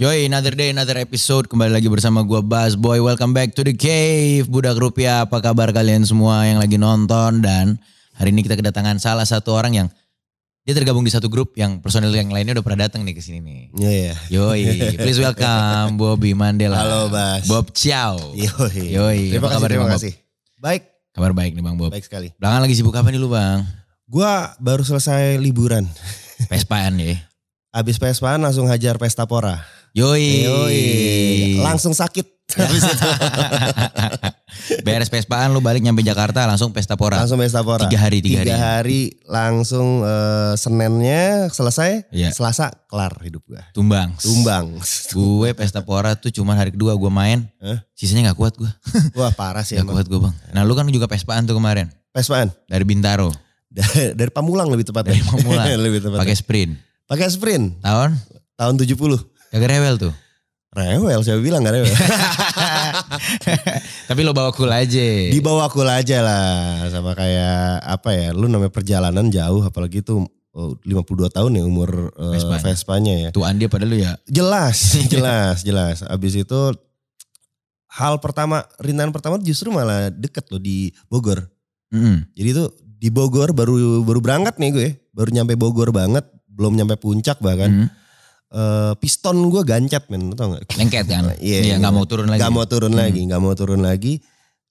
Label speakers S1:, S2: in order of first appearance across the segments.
S1: Yoi, another day, another episode. Kembali lagi bersama gua Bas Boy. Welcome back to the cave. Budak Rupiah, apa kabar kalian semua yang lagi nonton? Dan hari ini kita kedatangan salah satu orang yang dia tergabung di satu grup yang personil yang lainnya udah pernah datang nih ke sini nih.
S2: Iya, iya.
S1: Yoi, please welcome Bobby Mandela.
S2: Halo, Bas.
S1: Bob Ciao.
S2: Yoi.
S1: Yoi, apa
S2: Terima kasih,
S1: kabar nih,
S2: terima
S1: Bang Bob?
S2: kasih. Baik,
S1: Kabar baik nih Bang Bob.
S2: baik sekali.
S1: Belakangan lagi sibuk apa nih lu Bang?
S2: Gua baru selesai liburan.
S1: Vespaan ya.
S2: Habis PSPAN langsung hajar Pesta Pora.
S1: Yoi.
S2: Langsung sakit. Habis itu
S1: Beres Vespaan lu balik nyampe Jakarta langsung Pesta Pora.
S2: langsung Pesta Pora.
S1: Tiga hari, tiga hari.
S2: langsung eh, Seninnya selesai,
S1: Iya.
S2: Selasa kelar hidup gua.
S1: Tumbang.
S2: Tumbang.
S1: Gue Pesta Pora tuh cuman hari kedua gue main.
S2: Hah?
S1: Sisanya gak kuat gue.
S2: Wah, parah sih
S1: Gak
S2: emang.
S1: kuat gue bang. Nah lu kan juga Vespaan tuh kemarin.
S2: PSPAN
S1: Dari Bintaro.
S2: dari, dari Pamulang lebih tepatnya.
S1: Dari Pamulang.
S2: lebih tepatnya.
S1: Pakai sprint.
S2: Pakai sprint
S1: Tahun
S2: tahun 70.
S1: kagak rewel tuh.
S2: Rewel, siapa bilang gak rewel.
S1: Tapi lo bawa cool aja.
S2: Di bawah kul aja lah sama kayak apa ya lu namanya perjalanan jauh apalagi itu oh, 52 tahun ya umur eh,
S1: Vespa.
S2: Vespanya ya.
S1: Tuan dia pada lu ya.
S2: Jelas, jelas, jelas. Abis itu hal pertama rintangan pertama justru malah deket loh di Bogor.
S1: Mm-mm.
S2: Jadi itu di Bogor baru baru berangkat nih gue, baru nyampe Bogor banget, belum nyampe puncak bahkan.
S1: Mm.
S2: Eh, piston gue gancet men, lu tau gak?
S1: Lengket kan.
S2: Iya,
S1: Iya
S2: iya.
S1: gak mau turun lagi.
S2: Gak mau turun
S1: Hmm.
S2: lagi, gak mau turun lagi.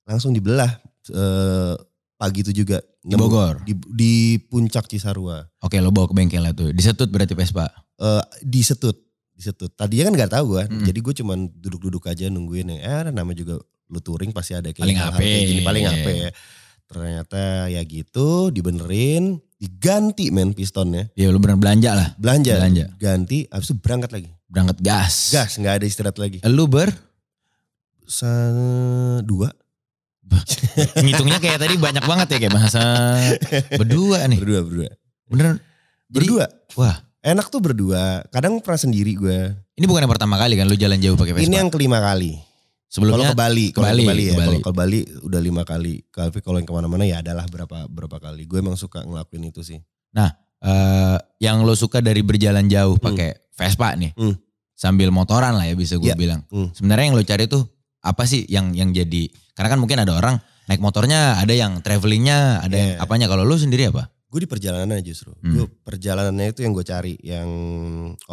S2: Langsung dibelah eh, pagi itu juga.
S1: Di Bogor.
S2: Di, di puncak Cisarua.
S1: Oke lo bawa ke bengkel lah tuh. Disetut berarti Vespa.
S2: Eh, di Setut. Di Setut. Tadinya kan gak tahu gue.
S1: Hmm.
S2: Jadi gue cuman duduk-duduk aja nungguin. Ya, eh, nama juga lu touring pasti ada kayak
S1: Paling
S2: hal-hal
S1: HP.
S2: kayak gini. Paling
S1: Iya.
S2: HP ya. Ternyata ya gitu dibenerin. Diganti men pistonnya.
S1: Ya lu bener belanja lah.
S2: Belanja.
S1: Belanja.
S2: Ganti. Abis itu berangkat lagi.
S1: Berangkat gas.
S2: Gas gak ada istirahat lagi.
S1: Lu ber?
S2: Sa- dua.
S1: Ngitungnya kayak tadi banyak banget ya kayak bahasa berdua nih.
S2: Berdua berdua.
S1: Bener. Jadi,
S2: Berdua.
S1: Wah
S2: Enak tuh berdua. Kadang pernah sendiri gue.
S1: ini bukan yang pertama kali kan lu jalan jauh pakai Vespa.
S2: Ini yang kelima kali. Kalau
S1: Sebelumnya
S2: ke Bali,
S1: ke
S2: kalau
S1: Bali,
S2: ke Bali
S1: ke
S2: ya.
S1: Bali.
S2: Kalau ke Bali udah lima kali. Tapi kalau yang kemana-mana ya adalah berapa berapa kali. Gue emang suka ngelakuin itu sih.
S1: eh, yang lo suka dari berjalan jauh pakai Vespa nih.
S2: Hmm.
S1: Sambil motoran lah ya bisa gue
S2: Ya.
S1: bilang.
S2: Hmm.
S1: Sebenarnya yang lo cari tuh apa sih yang yang jadi karena kan mungkin ada orang naik motornya, ada yang travelingnya, ada yang
S2: Yeah.
S1: apanya. Kalau lo sendiri apa?
S2: Gue di perjalanan justru.
S1: Hmm.
S2: Gue perjalanannya itu yang gue cari. Yang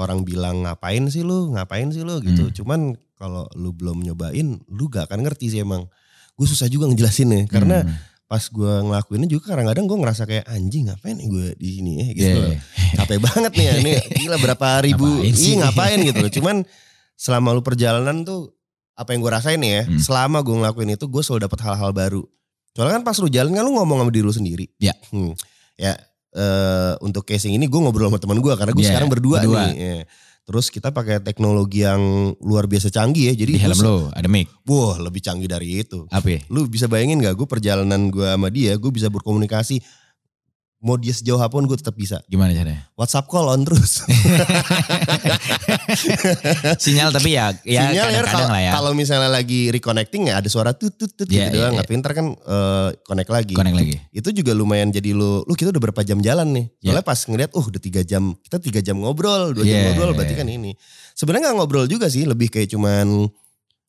S2: orang bilang ngapain sih lu, ngapain sih lu gitu.
S1: Hmm.
S2: Cuman kalau lu belum nyobain, lu gak akan ngerti sih emang. Gue susah juga ngejelasinnya. Karena
S1: Hmm.
S2: pas gue ngelakuinnya juga kadang-kadang gue ngerasa kayak anjing ngapain nih gue di sini ya gitu.
S1: Yeah.
S2: loh. capek banget nih ya. Ini gila berapa ribu.
S1: Ngapain sih?
S2: Ih ngapain gitu loh. Cuman selama lu perjalanan tuh apa yang gue rasain nih ya.
S1: Hmm.
S2: Selama gue ngelakuin itu gue selalu dapat hal-hal baru. Soalnya kan pas lu jalan kan lu ngomong sama diri lu sendiri.
S1: Iya.
S2: Hmm. Ya eh, untuk casing ini gue ngobrol sama teman gue karena gue
S1: Iya,
S2: sekarang berdua,
S1: berdua.
S2: nih. Iya. Terus kita pakai teknologi yang luar biasa canggih ya.
S1: Di
S2: Jadi
S1: helm
S2: gua-
S1: lo ada mic,
S2: Wah lebih canggih dari itu
S1: apa? ya?
S2: lu bisa bayangin gak gue perjalanan gue sama dia gue bisa berkomunikasi mau dia sejauh apapun gue tetap bisa
S1: Gimana caranya?
S2: WhatsApp call on terus
S1: Sinyal tapi ya ya
S2: Sinyal ya,
S1: kadang-kadang
S2: kalau-
S1: lah ya.
S2: kalau misalnya lagi reconnecting ya ada suara tut tut tut
S1: Iya,
S2: gitu
S1: iya,
S2: doang
S1: iya.
S2: tapi ntar kan eh, connect lagi
S1: Connect lagi.
S2: itu juga lumayan jadi lu lu kita udah berapa jam jalan nih
S1: Iya.
S2: soalnya pas ngeliat oh udah tiga jam kita tiga jam ngobrol dua
S1: Iya,
S2: jam ngobrol berarti
S1: iya.
S2: kan ini sebenarnya nggak ngobrol juga sih lebih kayak cuman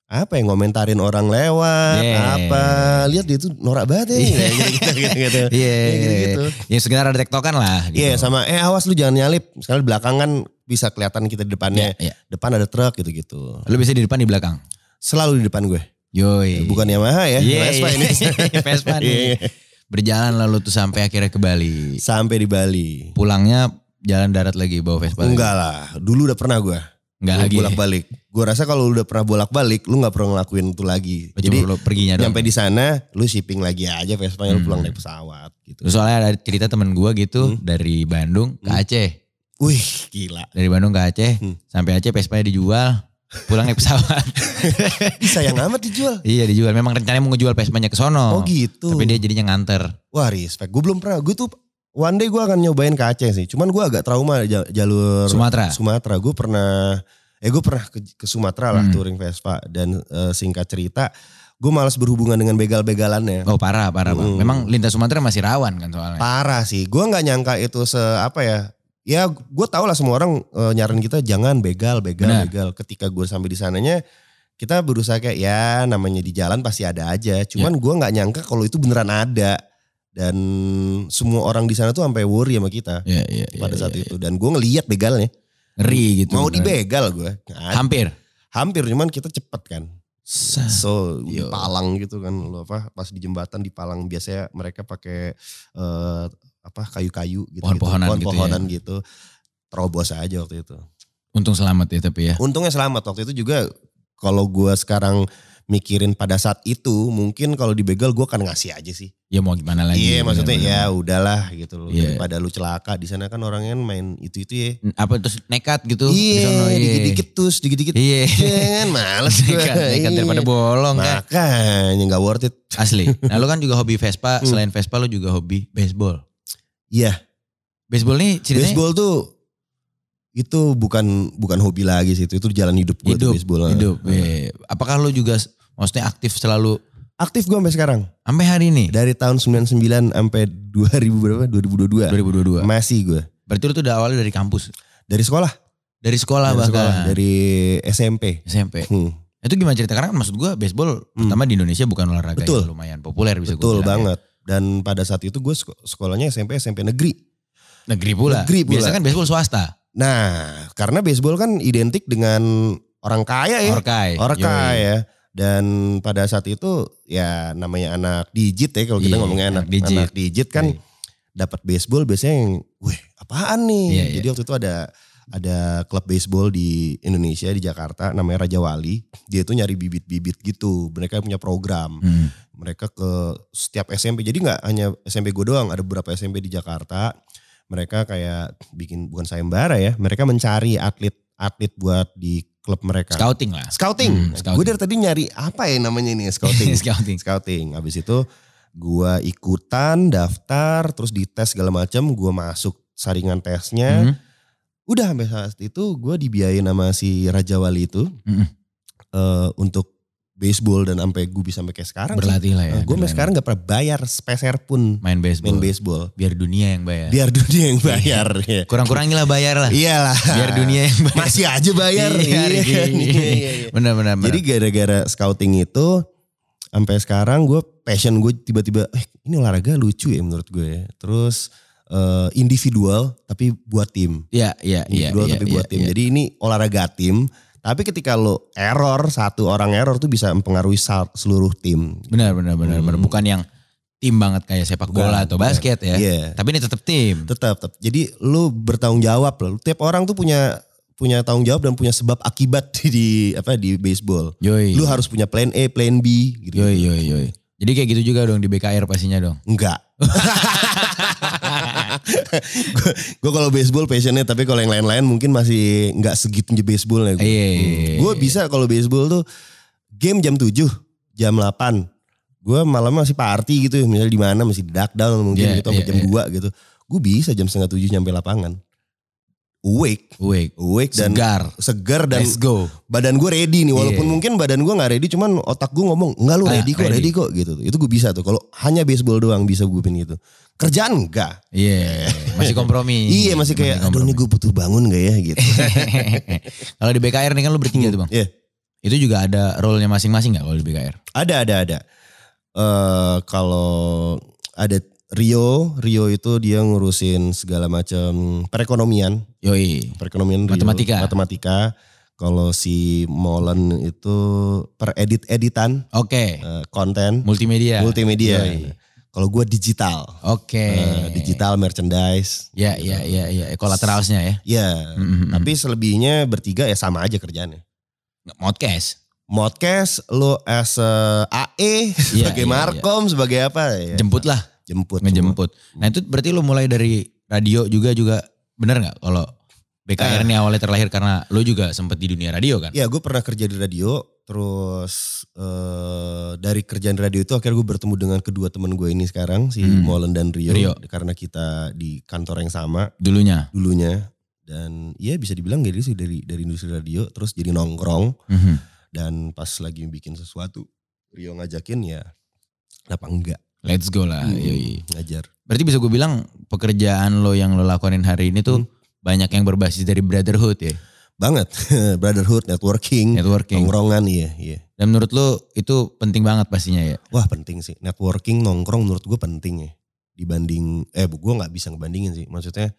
S2: apa yang ngomentarin orang lewat
S1: Iya.
S2: apa lihat dia tuh norak banget ya
S1: Iya.
S2: gitu, gitu, gitu.
S1: Iya.
S2: Ya, gitu-gitu.
S1: Ya sekedar ada tektokan lah. gitu.
S2: Iya sama eh awas lu jangan nyalip. Misalnya di belakang kan bisa kelihatan kita di
S1: Iya,
S2: depannya.
S1: iya.
S2: Depan ada truk gitu-gitu.
S1: Lo bisa di depan di belakang.
S2: Selalu di depan gue.
S1: Yoi.
S2: Bukan Yamaha ya.
S1: Iya,
S2: Vespa
S1: iya.
S2: ini.
S1: Vespa nih.
S2: Iya, iya.
S1: Berjalan lalu tuh sampai akhirnya ke Bali.
S2: Sampai di Bali.
S1: Pulangnya jalan darat lagi bawa Vespa. lagi.
S2: Enggak lah. Dulu udah pernah gue.
S1: Enggak lagi.
S2: Bolak-balik. Gue rasa kalau lu udah pernah bolak-balik. Lu gak perlu ngelakuin itu lagi.
S1: Cuma
S2: Jadi
S1: lo perginya doang.
S2: nyampe di sana. Lu shipping lagi aja Vespa lu
S1: Hmm.
S2: pulang naik pesawat gitu.
S1: Soalnya ada cerita temen gue gitu
S2: Hmm.
S1: dari Bandung ke
S2: Hmm.
S1: Aceh.
S2: Wih gila.
S1: Dari Bandung ke Aceh.
S2: Hmm.
S1: Sampai Aceh Vespa dijual. Pulang naik pesawat.
S2: Sayang amat dijual.
S1: iya dijual. Memang rencananya mau ngejual Vespanya ke sono.
S2: Oh, gitu.
S1: Tapi dia jadinya nganter.
S2: Wah respect, gue belum pernah, gue tuh one day gue akan nyobain ke Aceh sih. Cuman gue agak trauma ja- jalur
S1: Sumatera.
S2: Sumatera. Gue pernah, eh gue pernah ke, ke Sumatera lah
S1: Hmm.
S2: touring Vespa. Dan eh, singkat cerita, gue malas berhubungan dengan begal-begalannya.
S1: Oh parah parah bang.
S2: Hmm.
S1: Memang lintas Sumatera masih rawan kan soalnya.
S2: Parah sih, gue gak nyangka itu se apa ya, ya gue tau lah semua orang eh, nyaran kita jangan begal begal
S1: Benar.
S2: begal ketika gue sampai di sananya kita berusaha kayak ya namanya di jalan pasti ada aja cuman gua gue nggak nyangka kalau itu beneran ada dan semua orang di sana tuh sampai worry sama kita
S1: Iya, iya, iya,
S2: pada
S1: iya,
S2: saat
S1: iya.
S2: itu dan gue ngeliat begalnya
S1: Ngeri gitu.
S2: mau
S1: beneran.
S2: dibegal gue
S1: Hampir.
S2: hampir cuman kita cepet kan
S1: Set.
S2: so
S1: Yo.
S2: dipalang gitu kan lo apa pas di jembatan dipalang biasanya mereka pakai eh, apa kayu-kayu gitu
S1: Pohon-pohonan gitu ya.
S2: pohon-pohonan gitu, terobos aja waktu itu
S1: Untung selamat ya tapi ya.
S2: untungnya selamat waktu itu juga kalau gua sekarang mikirin pada saat itu mungkin kalau dibegal gua akan ngasih aja sih
S1: Ya mau gimana lagi.
S2: iya
S1: bener,
S2: maksudnya
S1: bener.
S2: ya udahlah gitu loh
S1: Iya.
S2: daripada lu celaka di sana kan orangnya main itu itu ya
S1: Apa terus nekat gitu. di sono,
S2: iya
S1: iya.
S2: dikit-dikit terus dikit-dikit
S1: Iya.
S2: jangan males Iya. gue
S1: Nekat, nekat daripada bolong kan.
S2: makanya nggak worth it
S1: Asli. Nah lu kan juga hobi Vespa.
S2: Hmm.
S1: Selain Vespa lu juga hobi baseball.
S2: Iya.
S1: Baseball nih ceritanya
S2: Baseball tuh itu bukan bukan hobi lagi sih itu itu jalan hidup gue
S1: hidup.
S2: tuh baseball.
S1: Hidup. iya. Apakah lu juga s- maksudnya aktif selalu
S2: Aktif gue sampai sekarang
S1: sampai hari ini?
S2: dari tahun 99 sampai 2000 berapa
S1: 2022.
S2: 2022. Masih gue
S1: Berarti lu tuh udah awalnya dari kampus.
S2: dari sekolah
S1: Dari sekolah
S2: dari
S1: bahkan.
S2: sekolah dari SMP.
S1: SMP.
S2: Hmm,
S1: Itu gimana cerita? Karena kan maksud gue baseball
S2: Hmm.
S1: pertama di Indonesia bukan olahraga
S2: Betul.
S1: yang lumayan populer bisa gua
S2: betul
S1: bilang ya.
S2: banget. Dan pada saat itu gue sek- sekolahnya SMP SMP negeri.
S1: Negeri pula.
S2: Negeri pula.
S1: Biasanya kan baseball swasta.
S2: Nah karena baseball kan identik dengan orang kaya ya.
S1: Orkai.
S2: Orka
S1: Eh, Yoi.
S2: ya. Dan pada saat itu ya namanya anak digit ya kalau kita
S1: Iya,
S2: ngomongnya anak
S1: anak digit. Iya.
S2: anak digit kan
S1: Yoi.
S2: dapat baseball biasanya yang weh apaan nih.
S1: Iya,
S2: Jadi waktu itu ada ada klub baseball di Indonesia di Jakarta namanya Raja Wali. Dia itu nyari bibit-bibit gitu. Mereka punya program.
S1: Hmm.
S2: Mereka ke setiap SMP. Jadi nggak hanya SMP gue doang, ada beberapa SMP di Jakarta. Mereka kayak bikin bukan sayembara ya. Mereka mencari atlet-atlet buat di klub mereka.
S1: Scouting lah. Hmm,
S2: Scouting.
S1: scouting.
S2: Gue dari tadi nyari apa ya namanya ini scouting.
S1: Scouting.
S2: scouting. Habis itu gue ikutan, daftar, terus dites segala macam. Gue masuk saringan tesnya.
S1: Hmm.
S2: Udah sampai saat itu gue dibiayain sama si Raja Wali itu
S1: Mm-mm.
S2: eh, untuk baseball dan sampai gue bisa sampai kayak sekarang.
S1: Berlatih lah ya.
S2: gue sampai
S1: berlatih.
S2: sekarang gak pernah bayar speser pun
S1: main baseball.
S2: main baseball.
S1: Biar dunia yang bayar.
S2: Biar Iya. dunia yang bayar. ya.
S1: Kurang-kurangilah bayar lah.
S2: Iyalah.
S1: Biar dunia yang bayar.
S2: masih aja bayar.
S1: Iya,
S2: Iya,
S1: iya,
S2: kan?
S1: iya.
S2: Iya, iya, iya.
S1: Benar-benar.
S2: Jadi gara-gara scouting itu sampai sekarang gue passion gue tiba-tiba eh ini olahraga lucu ya menurut gue. ya." Terus eh, individual tapi buat tim.
S1: ya, ya, ya.
S2: Individual tapi buat tim. Jadi ini olahraga tim, tapi ketika lo error satu orang error tuh bisa mempengaruhi sal- seluruh tim.
S1: Benar, benar, benar, benar.
S2: Hmm.
S1: Bukan yang tim banget kayak sepak
S2: Bukan,
S1: bola atau
S2: bukan.
S1: basket ya.
S2: Iya.
S1: Tapi ini tetap tim.
S2: Tetap, tetap. Jadi lu bertanggung jawab loh. Tiap orang tuh punya punya tanggung jawab dan punya sebab akibat di, di apa di baseball.
S1: Yoi.
S2: Lu harus punya plan A, plan B gitu.
S1: Yoi, yoi, yoi. Jadi kayak gitu juga dong di BKR pastinya dong.
S2: Enggak. gue kalau baseball passionnya tapi kalau yang lain-lain mungkin masih nggak segitunya baseball ya gue.
S1: Iya, iya, iya.
S2: Gue bisa kalau baseball tuh game jam 7, jam 8. Gue malam masih party gitu misalnya di mana masih di dark down
S1: Iya,
S2: mungkin gitu sampai
S1: iya,
S2: jam
S1: iya.
S2: 2 gitu. Gue bisa jam setengah 7 nyampe lapangan. Awake,
S1: Wake,
S2: awake dan
S1: segar,
S2: segar dan
S1: let's go.
S2: badan gue ready nih walaupun
S1: Iya.
S2: mungkin badan gue nggak ready cuman otak gue ngomong nggak lu
S1: Ah,
S2: Nah, ready kok
S1: ready.
S2: ready. kok gitu itu gue bisa tuh kalau hanya baseball doang bisa gue pin gitu kerjaan enggak
S1: Iya, masih kompromi.
S2: iya masih kayak aduh
S1: kompromi.
S2: ini gue butuh bangun gak ya gitu
S1: kalau di BKR nih kan lu bertiga tuh bang.
S2: Iya.
S1: Itu juga ada role-nya masing-masing gak kalau di BKR?
S2: ada ada ada Eh kalau ada Rio Rio itu dia ngurusin segala macam perekonomian
S1: Yoi.
S2: perekonomian Rio,
S1: Matematika.
S2: matematika kalau si Molen itu peredit editan
S1: Oke,
S2: eh, konten Iya.
S1: multimedia.
S2: multimedia.
S1: Yoi.
S2: Kalau gue digital,
S1: Oke.
S2: Eh, digital merchandise.
S1: Ya, ya, ya, ya. Collateralsnya ya.
S2: Ya,
S1: Mm-mm.
S2: tapi selebihnya bertiga ya sama aja kerjaannya.
S1: Modcast.
S2: Modcast, lo as a AE
S1: Iya,
S2: sebagai
S1: iya,
S2: markom sebagai apa? ya.
S1: Jemput lah,
S2: jemput.
S1: ngejemput. Nah itu berarti lu mulai dari radio juga juga bener nggak kalau BKR
S2: Eh.
S1: ini awalnya terlahir karena lu juga sempet di dunia radio kan?
S2: Ya, gue pernah kerja di radio. Terus eh, dari kerjaan radio itu akhirnya gue bertemu dengan kedua teman gue ini sekarang si
S1: Hmm.
S2: Molen dan Rio,
S1: Rio.
S2: karena kita di kantor yang sama
S1: Dulunya.
S2: dulunya dan ya bisa dibilang jadi sih dari dari industri radio terus jadi nongkrong
S1: Mhm.
S2: dan pas lagi bikin sesuatu Rio ngajakin ya kenapa enggak
S1: Let's go lah.
S2: Hmm,
S1: yoi.
S2: ngajar Hmm.
S1: Berarti bisa gue bilang pekerjaan lo yang lo lakonin hari ini tuh banyak yang berbasis dari brotherhood ya,
S2: banget brotherhood networking
S1: networking.
S2: nongkrongan iya iya
S1: Dan menurut lu itu penting banget pastinya ya.
S2: wah penting sih networking nongkrong menurut gue penting ya dibanding eh gue nggak bisa ngebandingin sih maksudnya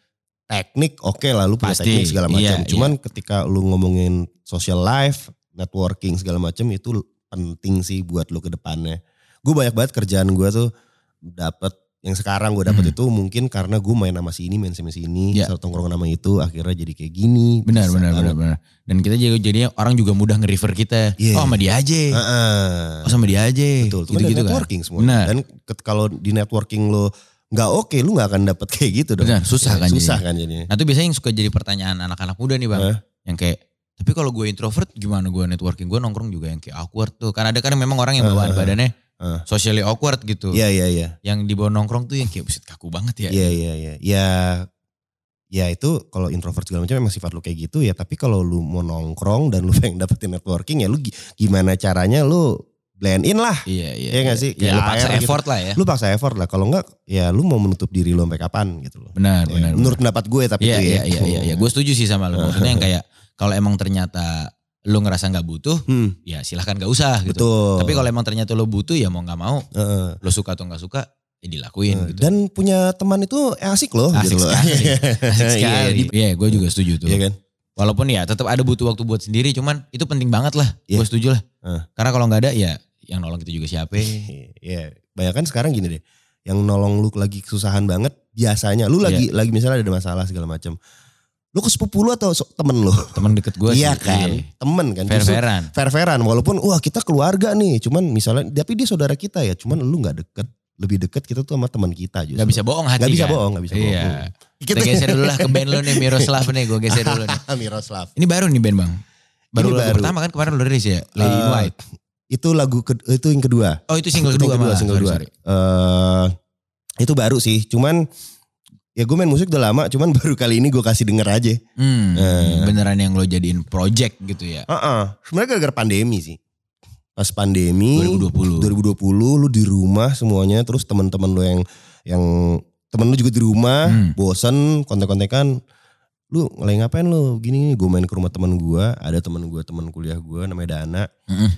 S2: teknik oke lah lu punya
S1: Pasti,
S2: teknik segala macam
S1: iya,
S2: cuman ketika lu ngomongin social life networking segala macam itu penting sih buat lu ke depannya gue banyak banget kerjaan gue tuh dapat yang sekarang gue dapat
S1: Mhm.
S2: itu mungkin karena gue main sama si ini main sama si ini
S1: Iya.
S2: satu nongkrong sama itu akhirnya jadi kayak gini
S1: Benar,
S2: Bisa
S1: benar,
S2: banget.
S1: benar, benar. Dan kita jadi jadinya orang juga mudah nge-refer kita.
S2: Iya.
S1: Oh sama dia aja.
S2: Heeh.
S1: Oh sama dia aja.
S2: Betul, itu kan
S1: gitu-gitu kan.
S2: networking semua.
S1: Benar.
S2: Dan ket- kalau di networking lo nggak oke, lu nggak akan dapet kayak gitu dong.
S1: Benar, susah kan jadinya.
S2: Susah kan jadinya.
S1: Nah itu biasanya yang suka jadi pertanyaan anak-anak muda nih bang.
S2: Hah?
S1: Yang kayak, tapi kalau gue introvert gimana gue networking? Gue nongkrong juga yang kayak awkward tuh. Karena ada kan memang orang yang
S2: Ah,
S1: bawaan
S2: ah,
S1: badannya
S2: ah.
S1: socially awkward gitu.
S2: Iya, iya, iya.
S1: Yang dibawa nongkrong tuh yang kayak buset kaku banget ya.
S2: Iya, iya, iya. Ya, ya itu kalau introvert segala macam memang sifat lu kayak gitu ya. Tapi kalau lu mau nongkrong dan lu pengen dapetin networking ya lu gi- gimana caranya lu blend in lah.
S1: Iya, iya.
S2: Iya nggak sih?
S1: Ya,
S2: Kayak
S1: lu
S2: AR
S1: paksa
S2: gitu.
S1: effort lah ya.
S2: Lu paksa effort lah. Kalau nggak ya lu mau menutup diri lu sampai kapan gitu loh.
S1: Benar,
S2: Ya,
S1: benar.
S2: menurut pendapat gue tapi
S1: Iya,
S2: itu ya.
S1: iya, iya, iya, iya. Gue setuju sih sama lu. Maksudnya yang kayak kalau emang ternyata lu ngerasa nggak butuh,
S2: Hmm,
S1: ya silahkan gak usah gitu.
S2: betul.
S1: Tapi kalau emang ternyata lo butuh ya mau nggak mau,
S2: Heeh.
S1: lo suka atau nggak suka, ya dilakuin gitu.
S2: Dan punya teman itu asik loh.
S1: Asik
S2: gitu loh.
S1: sekali. Asik
S2: Iya,
S1: sekali.
S2: di-
S1: Iya, gue juga setuju tuh.
S2: Iya kan?
S1: Walaupun ya tetap ada butuh waktu buat sendiri, cuman itu penting banget lah.
S2: Iya.
S1: Gue setuju lah.
S2: Heeh.
S1: Karena kalau nggak ada ya yang nolong kita juga siapa.
S2: Iya, banyak kan sekarang gini deh. Yang nolong lu lagi kesusahan banget biasanya lu lagi
S1: Iya.
S2: lagi misalnya ada masalah segala macam. Lu ke sepupu lu atau so- temen lu?
S1: Teman deket gue
S2: iya kan? Temen kan. Justru
S1: Fair-fairan.
S2: Fair-fairan walaupun wah kita keluarga nih, cuman misalnya tapi dia saudara kita ya, cuman lu nggak deket, lebih deket kita tuh sama teman kita justru.
S1: Gak bisa bohong hati
S2: Nggak bisa
S1: kan?
S2: bohong, nggak bisa bohong.
S1: Iya.
S2: Kita
S1: Kita geser dulu lah ke band lo nih, Miroslav nih. Gue geser dulu nih.
S2: Miroslav.
S1: Ini baru nih band bang. Baru
S2: Ini
S1: lagu
S2: baru.
S1: pertama kan kemarin lo rilis ya. Lady in
S2: Eh,
S1: White.
S2: Itu lagu ke- itu yang kedua.
S1: Oh itu single
S2: Itu
S1: kedua,
S2: yang kedua,
S1: malah.
S2: single
S1: Sorry,
S2: kedua.
S1: sorry.
S2: eh itu baru sih, cuman ya gue main musik udah lama, cuman baru kali ini gue kasih denger aja.
S1: Hmm,
S2: Eh.
S1: beneran yang lo jadiin project gitu ya.
S2: Heeh. Sebenarnya gara-gara pandemi sih. Pas pandemi
S1: 2020.
S2: 2020, lu di rumah semuanya, terus teman-teman lu yang yang temen lu juga di rumah,
S1: Hmm.
S2: bosen kontek-kontekan lu lagi ngapain lu gini gue main ke rumah teman gue ada teman gue teman kuliah gue namanya Dana
S1: Mm-mm.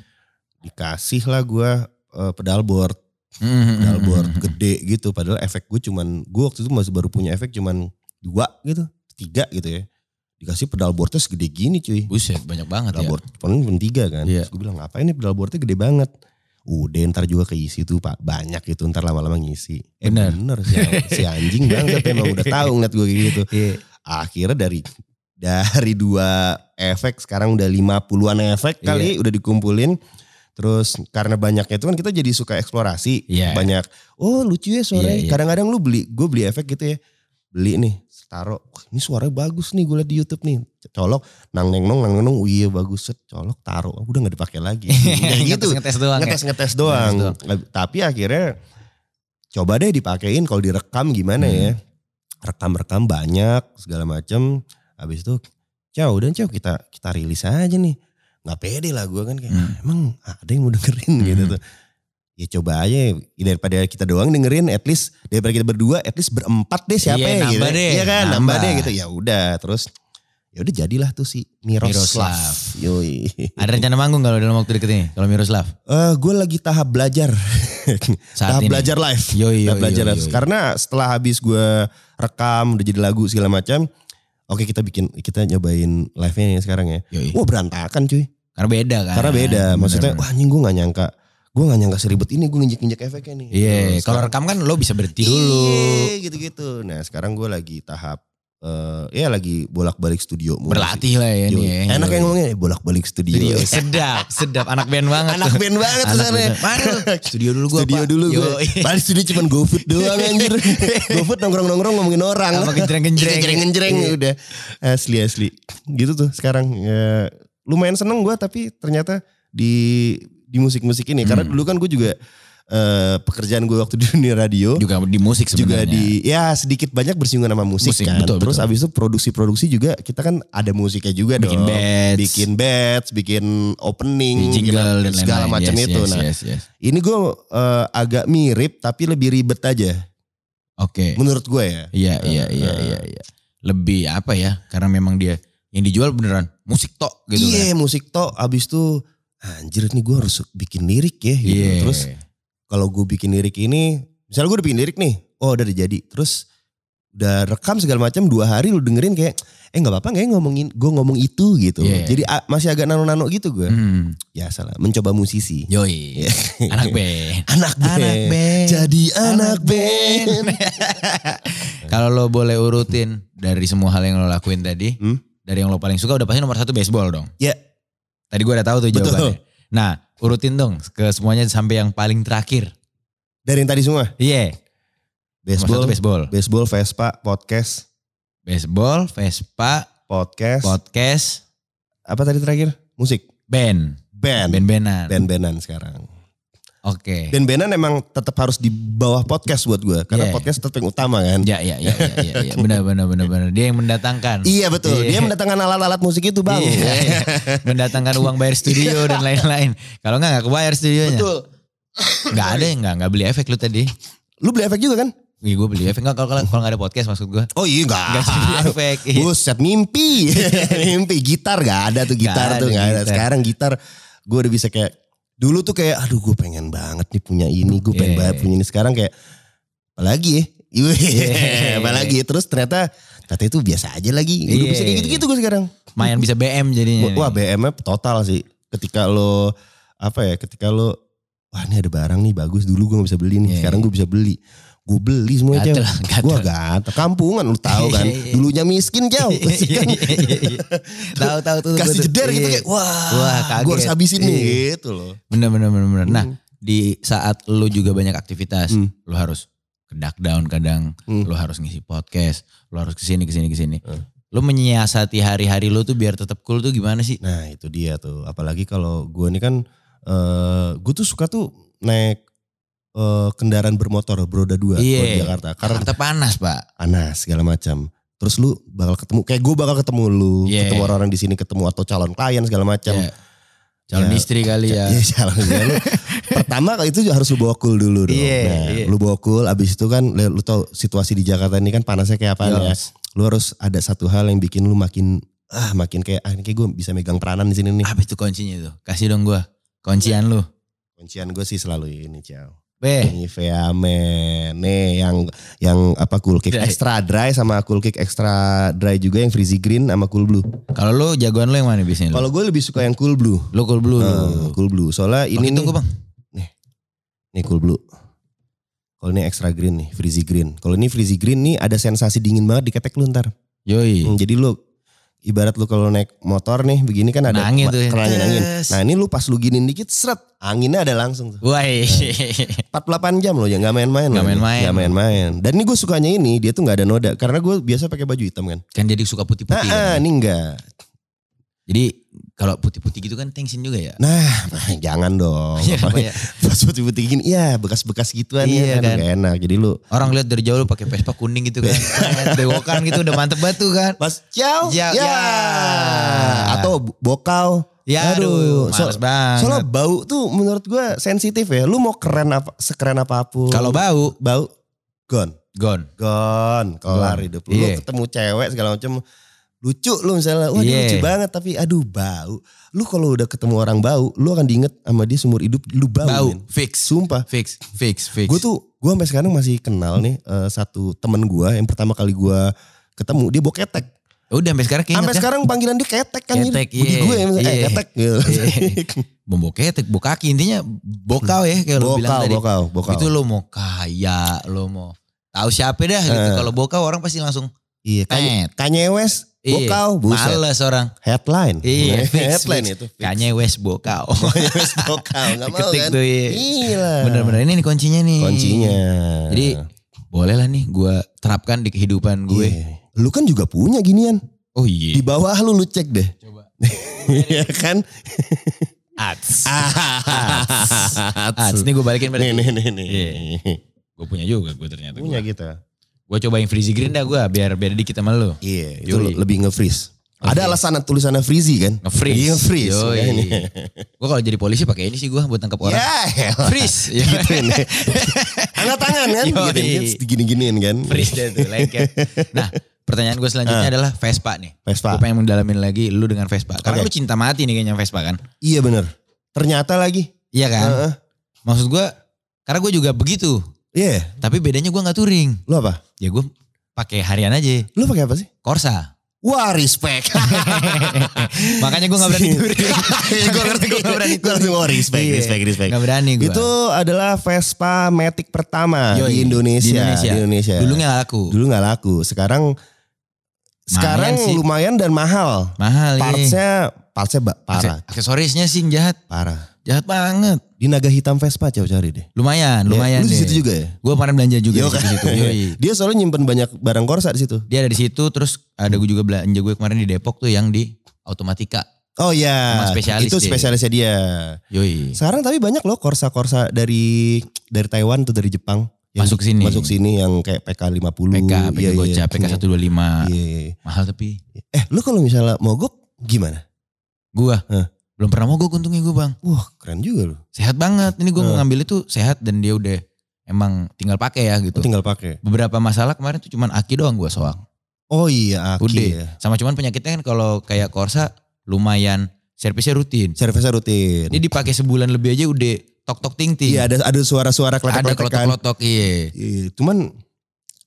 S2: dikasih lah gue eh, pedal board
S1: Mm-mm.
S2: pedalboard
S1: Mm-hmm.
S2: gede gitu padahal efek gue cuman gue waktu itu masih baru punya efek cuman dua gitu tiga gitu ya dikasih pedalboardnya segede gini cuy
S1: Buset banyak banget ya.
S2: pedalboard paling cuma tiga kan
S1: Iya.
S2: terus gue bilang ngapain nih pedalboardnya gede banget udah ntar juga keisi tuh pak banyak itu ntar lama-lama ngisi eh,
S1: Bener.
S2: bener si, si anjing banget emang udah tahu ngeliat gue kayak gitu
S1: Iya.
S2: akhirnya dari dari dua efek sekarang udah 50-an efek kali
S1: Iya.
S2: udah dikumpulin terus karena banyaknya itu kan kita jadi suka eksplorasi
S1: Iya.
S2: banyak oh lucu ya suaranya
S1: Iya, iya.
S2: kadang-kadang lu beli gue beli efek gitu ya beli nih taruh Wah, ini suaranya bagus nih gue liat di YouTube nih colok nang neng nong nang neng nong oh iya bagus set colok taruh Oh, udah nggak dipakai lagi Kayak gitu
S1: Ngetes-ngetes doang ya.
S2: ngetes ngetes doang.
S1: Ngetes
S2: Tapi akhirnya coba deh dipakein kalau direkam gimana
S1: Hmm.
S2: ya? Rekam rekam banyak segala macem. Habis itu ciao dan ciao kita kita rilis aja nih. Nggak pede lah gue kan kayak
S1: Hmm.
S2: emang ada yang mau dengerin
S1: Hmm.
S2: gitu tuh. Ya coba aja ya, daripada kita doang dengerin at least daripada kita berdua at least berempat deh siapa
S1: Iya,
S2: ya gitu.
S1: nambah deh,
S2: Iya kan nambah,
S1: nambah.
S2: deh gitu. Ya udah terus ya udah jadilah tuh si Miroslav.
S1: Miroslav.
S2: Yoi.
S1: Ada rencana manggung kalau dalam waktu deket ini? Kalau Miroslav
S2: Eh, gue lagi tahap belajar.
S1: saat
S2: tahap
S1: ini.
S2: belajar live.
S1: Yo yo yo.
S2: tahap belajar
S1: yo,
S2: live.
S1: yo.
S2: Karena setelah habis gue rekam udah jadi lagu segala macam, oke kita bikin kita nyobain live-nya ya sekarang ya.
S1: Yo, yo.
S2: Wah berantakan cuy.
S1: Karena beda kan.
S2: Karena beda.
S1: Bener,
S2: Maksudnya
S1: bener.
S2: wah anjing gue gak nyangka. Gue gak nyangka seribet ini gue nginjek-nginjek efeknya nih.
S1: Iya,
S2: Terus
S1: kalau
S2: sekarang-
S1: rekam kan lo bisa berhenti dulu.
S2: Iya, gitu-gitu. Nah sekarang gue lagi tahap eh ya lagi bolak-balik studio. mulu sih.
S1: Berlatih lah ya ini
S2: Yoi.
S1: ya. Yo,
S2: Enak yang
S1: yo.
S2: ngomongnya "Eh, bolak-balik studio.
S1: Yo, Sedap, sedap. Anak band banget.
S2: Anak
S1: tuh.
S2: band banget
S1: Anak
S2: sebenarnya.
S1: band. Mana lo? Studio dulu gue.
S2: studio dulu gue. Paling studio cuman GoFood doang anjir. GoFood nongkrong-nongkrong ngomongin orang.
S1: Sama genjreng-genjreng.
S2: Genjreng-genjreng
S1: Iya.
S2: udah. Asli asli. Gitu tuh sekarang. Ya, lumayan seneng gue tapi ternyata di di musik-musik ini. Karena
S1: Hmm.
S2: dulu kan gue juga eh, pekerjaan gue waktu di dunia radio.
S1: Juga di musik
S2: Juga
S1: sebenarnya.
S2: di ya sedikit banyak bersinggungan sama musik,
S1: Musik,
S2: kan.
S1: betul,
S2: Terus
S1: betul.
S2: abis itu produksi-produksi juga kita kan ada musiknya juga
S1: bikin
S2: dong.
S1: band,
S2: Bikin bats, bikin
S1: di
S2: opening,
S1: jingle
S2: bikin
S1: dan lain-lain.
S2: segala macam
S1: Yes,
S2: itu.
S1: yes,
S2: nah
S1: yes, yes.
S2: ini gue eh, agak mirip tapi lebih ribet aja
S1: Oke.
S2: menurut gue ya.
S1: Iya, iya, iya,
S2: Eh,
S1: iya, iya. lebih apa ya? Karena memang dia yang dijual beneran musik tok gitu kan.
S2: Iya musik to abis itu anjir nih gue harus bikin lirik ya gitu.
S1: Iya.
S2: Terus kalau gue bikin lirik ini, misalnya gue udah bikin lirik nih, oh udah jadi, terus udah rekam segala macam dua hari lu dengerin kayak, eh nggak apa-apa kayak ngomongin, gue ngomong itu gitu,
S1: Iya.
S2: jadi a- masih agak nano-nano gitu gue,
S1: hmm.
S2: ya salah, mencoba musisi,
S1: Yoi. Anak band.
S2: anak band,
S1: band.
S2: jadi
S1: Anak
S2: anak, band,
S1: Iya. Kalau lo boleh urutin dari semua hal yang lo lakuin tadi,
S2: Hmm?
S1: dari yang lo paling suka udah pasti nomor satu baseball dong.
S2: ya
S1: Tadi gue udah tahu tuh
S2: Betul.
S1: jawabannya. Nah, urutin dong ke semuanya sampai yang paling terakhir.
S2: dari yang tadi semua,
S1: Iya. Nomor
S2: baseball,
S1: satu baseball.
S2: baseball, Vespa, podcast,
S1: Baseball, Vespa,
S2: podcast,
S1: podcast,
S2: apa tadi terakhir, musik,
S1: band,
S2: band,
S1: band-bandan.
S2: band-bandan sekarang.
S1: Oke.
S2: Dan Benan emang tetap harus di bawah podcast buat gue. Karena
S1: Iya.
S2: podcast tetap yang utama kan.
S1: Ya, ya, ya, ya, ya, ya. Benar, benar, benar, benar. Dia yang mendatangkan.
S2: Iya betul.
S1: Iya.
S2: Dia mendatangkan alat-alat musik itu bang.
S1: Iya, iya. mendatangkan uang bayar studio dan lain-lain. Kalau nggak nggak kebayar studionya.
S2: Iya. Betul.
S1: Nggak ada yang nggak nggak beli efek lu tadi.
S2: Lu beli efek juga kan?
S1: Iya gue beli efek nggak kalau kalau kalau nggak ada podcast maksud gue.
S2: Oh iya enggak.
S1: Nggak jadi efek. Iya.
S2: Buset mimpi. mimpi. Gitar gak ada tuh
S1: Nggak
S2: gitar tuh.
S1: ada
S2: Gak ada.
S1: gitar.
S2: Sekarang gitar gue udah bisa kayak. Dulu tuh kayak aduh gue pengen banget nih punya ini. Gue pengen
S1: Iya.
S2: banget punya ini. Sekarang kayak apalagi ya.
S1: Iya.
S2: apalagi ya. terus ternyata ternyata itu biasa aja lagi. Udah
S1: Iya.
S2: bisa kayak gitu-gitu gue sekarang.
S1: Main bisa BM jadinya.
S2: Wah
S1: nih.
S2: BM-nya total sih. Ketika lo apa ya? Ketika lo wah ini ada barang nih bagus dulu gue gak bisa beli nih.
S1: Iya.
S2: Sekarang gue bisa beli. Gue beli semua
S1: Gatel,
S2: Jauh.
S1: gatel.
S2: Gue gatel. Kampungan lu tahu kan.
S1: Iya, iya.
S2: Dulunya miskin jauh.
S1: Iya, iya, iya, iya. Tahu tahu tuh. gua tuh.
S2: Kasih jeder gitu
S1: Iya.
S2: kayak wah,
S1: Wah, kaget.
S2: gue harus habisin nih
S1: Iya.
S2: gitu loh.
S1: Bener bener bener bener. Nah di saat lu juga banyak aktivitas,
S2: Hmm.
S1: lu harus ke down kadang,
S2: Hmm.
S1: lu harus ngisi podcast, lu harus kesini kesini kesini.
S2: Hmm.
S1: Lu menyiasati hari-hari lu tuh biar tetap cool tuh gimana sih?
S2: Nah itu dia tuh. Apalagi kalau gue ini kan eh gue tuh suka tuh naik eh, kendaraan bermotor beroda dua
S1: Iya.
S2: kalau di Jakarta. Karena
S1: Karena panas pak.
S2: panas segala macam. Terus lu bakal ketemu, kayak gue bakal ketemu lu,
S1: Iya.
S2: ketemu orang-orang di sini, ketemu atau calon klien segala macam.
S1: Ya. Calon
S2: Ya.
S1: istri kali ya.
S2: Iya, calon klien lu. Pertama kalau itu harus lu bawa cool dulu dong.
S1: Iya,
S2: Nah,
S1: iya.
S2: Lu bawa cool, abis itu kan lu lu tau situasi di Jakarta ini kan panasnya kayak apa ya.
S1: Yos.
S2: Lu harus ada satu hal yang bikin lu makin ah makin kayak ah ini kayak gue bisa megang peranan di sini nih.
S1: Apa itu kuncinya tuh? Kasih dong gua kuncian lu.
S2: Kuncian gue sih selalu ini ciao.
S1: Beh,
S2: Nivea men, nih yang yang apa cool kick
S1: Dry.
S2: extra dry sama cool kick extra dry juga yang freezy green sama cool blue.
S1: kalau lu jagoan lu yang mana biasanya? Lu,
S2: Kalau gue lebih suka yang cool blue.
S1: lu Iya. cool blue.
S2: Ah,
S1: lu.
S2: cool blue. Soalnya ini
S1: Ini
S2: nih,
S1: tunggu bang.
S2: nih cool blue. Kalau ini extra green nih, frizzy green. Kalau ini frizzy green nih ada sensasi dingin banget di ketek lu ntar.
S1: Yoi.
S2: Hmm, jadi lu ibarat lu kalau naik motor nih begini kan ada
S1: Nangin
S2: ma-
S1: tuh ya.
S2: keranjang angin.
S1: Tes.
S2: Nah ini lu pas lu giniin dikit seret anginnya ada langsung tuh.
S1: Wah, iya.
S2: Nah. 48 jam loh ya nggak main-main.
S1: Nggak
S2: loh ini.
S1: main-main.
S2: Nggak main-main. Dan ini gue sukanya ini dia tuh nggak ada noda karena gue biasa pakai baju hitam kan.
S1: kan jadi suka
S2: Nah,
S1: putih-putih.
S2: ah,
S1: kan?
S2: ini enggak.
S1: Jadi kalau putih-putih gitu kan tension juga ya.
S2: Nah, jangan dong.
S1: Iya, apa ya?
S2: Pas putih-putih gini, ya bekas-bekas gituan
S1: Iya,
S2: ya kan.
S1: kan.
S2: nggak enak. Jadi lu
S1: Orang lihat dari jauh lu pakai Vespa kuning gitu kan. Bewokan gitu udah mantep banget tuh kan.
S2: Mas ciao.
S1: Ya,
S2: Ya.
S1: ya.
S2: Atau bu- bokal.
S1: Ya aduh, males
S2: so-
S1: banget.
S2: Soalnya bau tuh menurut gua sensitif ya. Lu mau keren apa sekeren apapun.
S1: Kalau bau,
S2: bau gone.
S1: gone.
S2: Gone, kelar
S1: Gone.
S2: hidup lu. Lu
S1: Iya.
S2: ketemu cewek segala macam lucu lu misalnya, wah dia
S1: Iya.
S2: lucu banget tapi aduh bau. Lu kalau udah ketemu orang bau, lu akan diinget sama dia seumur hidup lu bau.
S1: Bau,
S2: men.
S1: fix.
S2: Sumpah.
S1: Fix, fix, fix.
S2: Gue tuh gue sampai sekarang masih kenal nih eh, satu temen gue yang pertama kali gue ketemu dia bawa ketek.
S1: udah sampai sekarang
S2: Sampai
S1: kayaknya kan.
S2: sekarang panggilan dia ketek kan.
S1: Ketek,
S2: jadi Budi
S1: iya,
S2: gue yang eh
S1: iya.
S2: ketek. Gitu.
S1: Iya. Bom ketek, bau kaki intinya bokau ya kayak lu bilang
S2: bokal,
S1: tadi.
S2: bokal, bokal.
S1: Itu lo mau kaya, lo mau tahu siapa dah gitu.
S2: Eh.
S1: Kalau bokau orang pasti langsung
S2: Iya, Kanye,
S1: pet.
S2: Kanye West,
S1: Eh. Iya,
S2: bokal, buset.
S1: Males orang.
S2: Headline.
S1: Iya, fix,
S2: headline
S1: fix.
S2: itu. fix.
S1: Kanye West bokau.
S2: Kanye West bokal, gak mau
S1: Diketik
S2: kan.
S1: tuh iya.
S2: Gila.
S1: Bener-bener ini nih kuncinya nih.
S2: Kuncinya.
S1: Jadi boleh lah nih gue terapkan di kehidupan
S2: gue.
S1: gue.
S2: Lu kan juga punya ginian.
S1: Oh iya.
S2: Di bawah lu lu cek deh.
S1: Coba.
S2: Iya kan?
S1: Ats. Ah, Ats.
S2: Ats.
S1: Ini gue balikin
S2: Nih
S1: pada
S2: nih nih nih.
S1: Gue punya juga gue ternyata.
S2: Punya kita.
S1: Gue cobain Freezy Green dah gue biar beda dikit sama lo.
S2: Iya, itu
S1: Yoi.
S2: lebih nge-freeze.
S1: Nge-freeze.
S2: Ada alasan tulisannya freezy kan?
S1: Nge-freeze.
S2: Iya, nge-freeze. makanya.
S1: Gue kalau jadi polisi pakai ini sih gue buat tangkap orang.
S2: Ya, elah.
S1: Freeze. Ya.
S2: Gituin ya. Angkat tangan kan?
S1: Yoi.
S2: Gini-giniin kan?
S1: Freeze deh tuh lengket. Nah Pertanyaan gue selanjutnya
S2: Ah.
S1: adalah Vespa nih. Gue
S2: Vespa.
S1: pengen mendalamin lagi lu dengan Vespa. Karena lu
S2: Oke.
S1: cinta mati nih kayaknya Vespa kan.
S2: Iya bener. Ternyata lagi.
S1: Iya kan?
S2: Heeh.
S1: Maksud gue, karena gue juga begitu.
S2: Iya.
S1: Tapi bedanya gue nggak touring.
S2: Lu apa?
S1: Ya gue pakai harian aja.
S2: Lu pakai apa sih?
S1: Corsa.
S2: Wah respect.
S1: Makanya gue nggak berani touring.
S2: gue ngerti gue gak berani. Gue langsung oh respect,
S1: Iya.
S2: respect, respect.
S1: Gak berani gue.
S2: Itu adalah Vespa Matic pertama
S1: Yoi,
S2: di
S1: di
S2: Indonesia.
S1: Indonesia.
S2: Indonesia.
S1: Dulu nggak laku.
S2: ya. Dulu nggak laku. Sekarang sekarang
S1: sih.
S2: lumayan dan mahal.
S1: Mahal ya.
S2: Partsnya partsnya ba- parah,
S1: Akses- Aksesorisnya sih jahat.
S2: parah.
S1: Jahat banget.
S2: Di Naga Hitam Vespa coba cari deh.
S1: Lumayan, lumayan
S2: Ya, lu di
S1: deh.
S2: situ juga ya.
S1: Gue kemarin belanja juga
S2: Yo,
S1: di situ.
S2: kan?
S1: Yoi.
S2: Dia selalu nyimpen banyak barang korsa di situ.
S1: Dia ada di situ terus ada gue juga belanja gue kemarin di Depok tuh yang di Automatika.
S2: Oh iya,
S1: Sama spesialis
S2: itu
S1: dia.
S2: spesialisnya dia.
S1: Yoi.
S2: Sekarang tapi banyak loh korsa-korsa dari dari Taiwan tuh dari Jepang. Yang
S1: Masuk sini.
S2: Masuk sini yang kayak PK
S1: PK,
S2: 50.
S1: PK
S2: iya, iya.
S1: Gocap, PK 125.
S2: Iya, iya.
S1: Mahal tapi
S2: Eh lu kalau misalnya mogok gimana?
S1: gua
S2: Hah.
S1: belum pernah mogok untungnya gue bang.
S2: Wah keren juga lu.
S1: Sehat banget. Ini gue mau
S2: Hah.
S1: ngambil itu sehat dan dia udah emang tinggal pakai ya
S2: Lu
S1: gitu.
S2: tinggal pakai.
S1: Beberapa masalah kemarin tuh cuman aki doang gue soal.
S2: Oh iya aki
S1: Udah.
S2: ya.
S1: Sama cuman penyakitnya kan kalau kayak Corsa lumayan servisnya rutin.
S2: Servisnya rutin.
S1: Ini dipakai sebulan lebih aja udah tok tok ting ting.
S2: Iya ada kan? ada suara-suara kletek
S1: ada kelotok-kelotok iya.
S2: Iya, cuman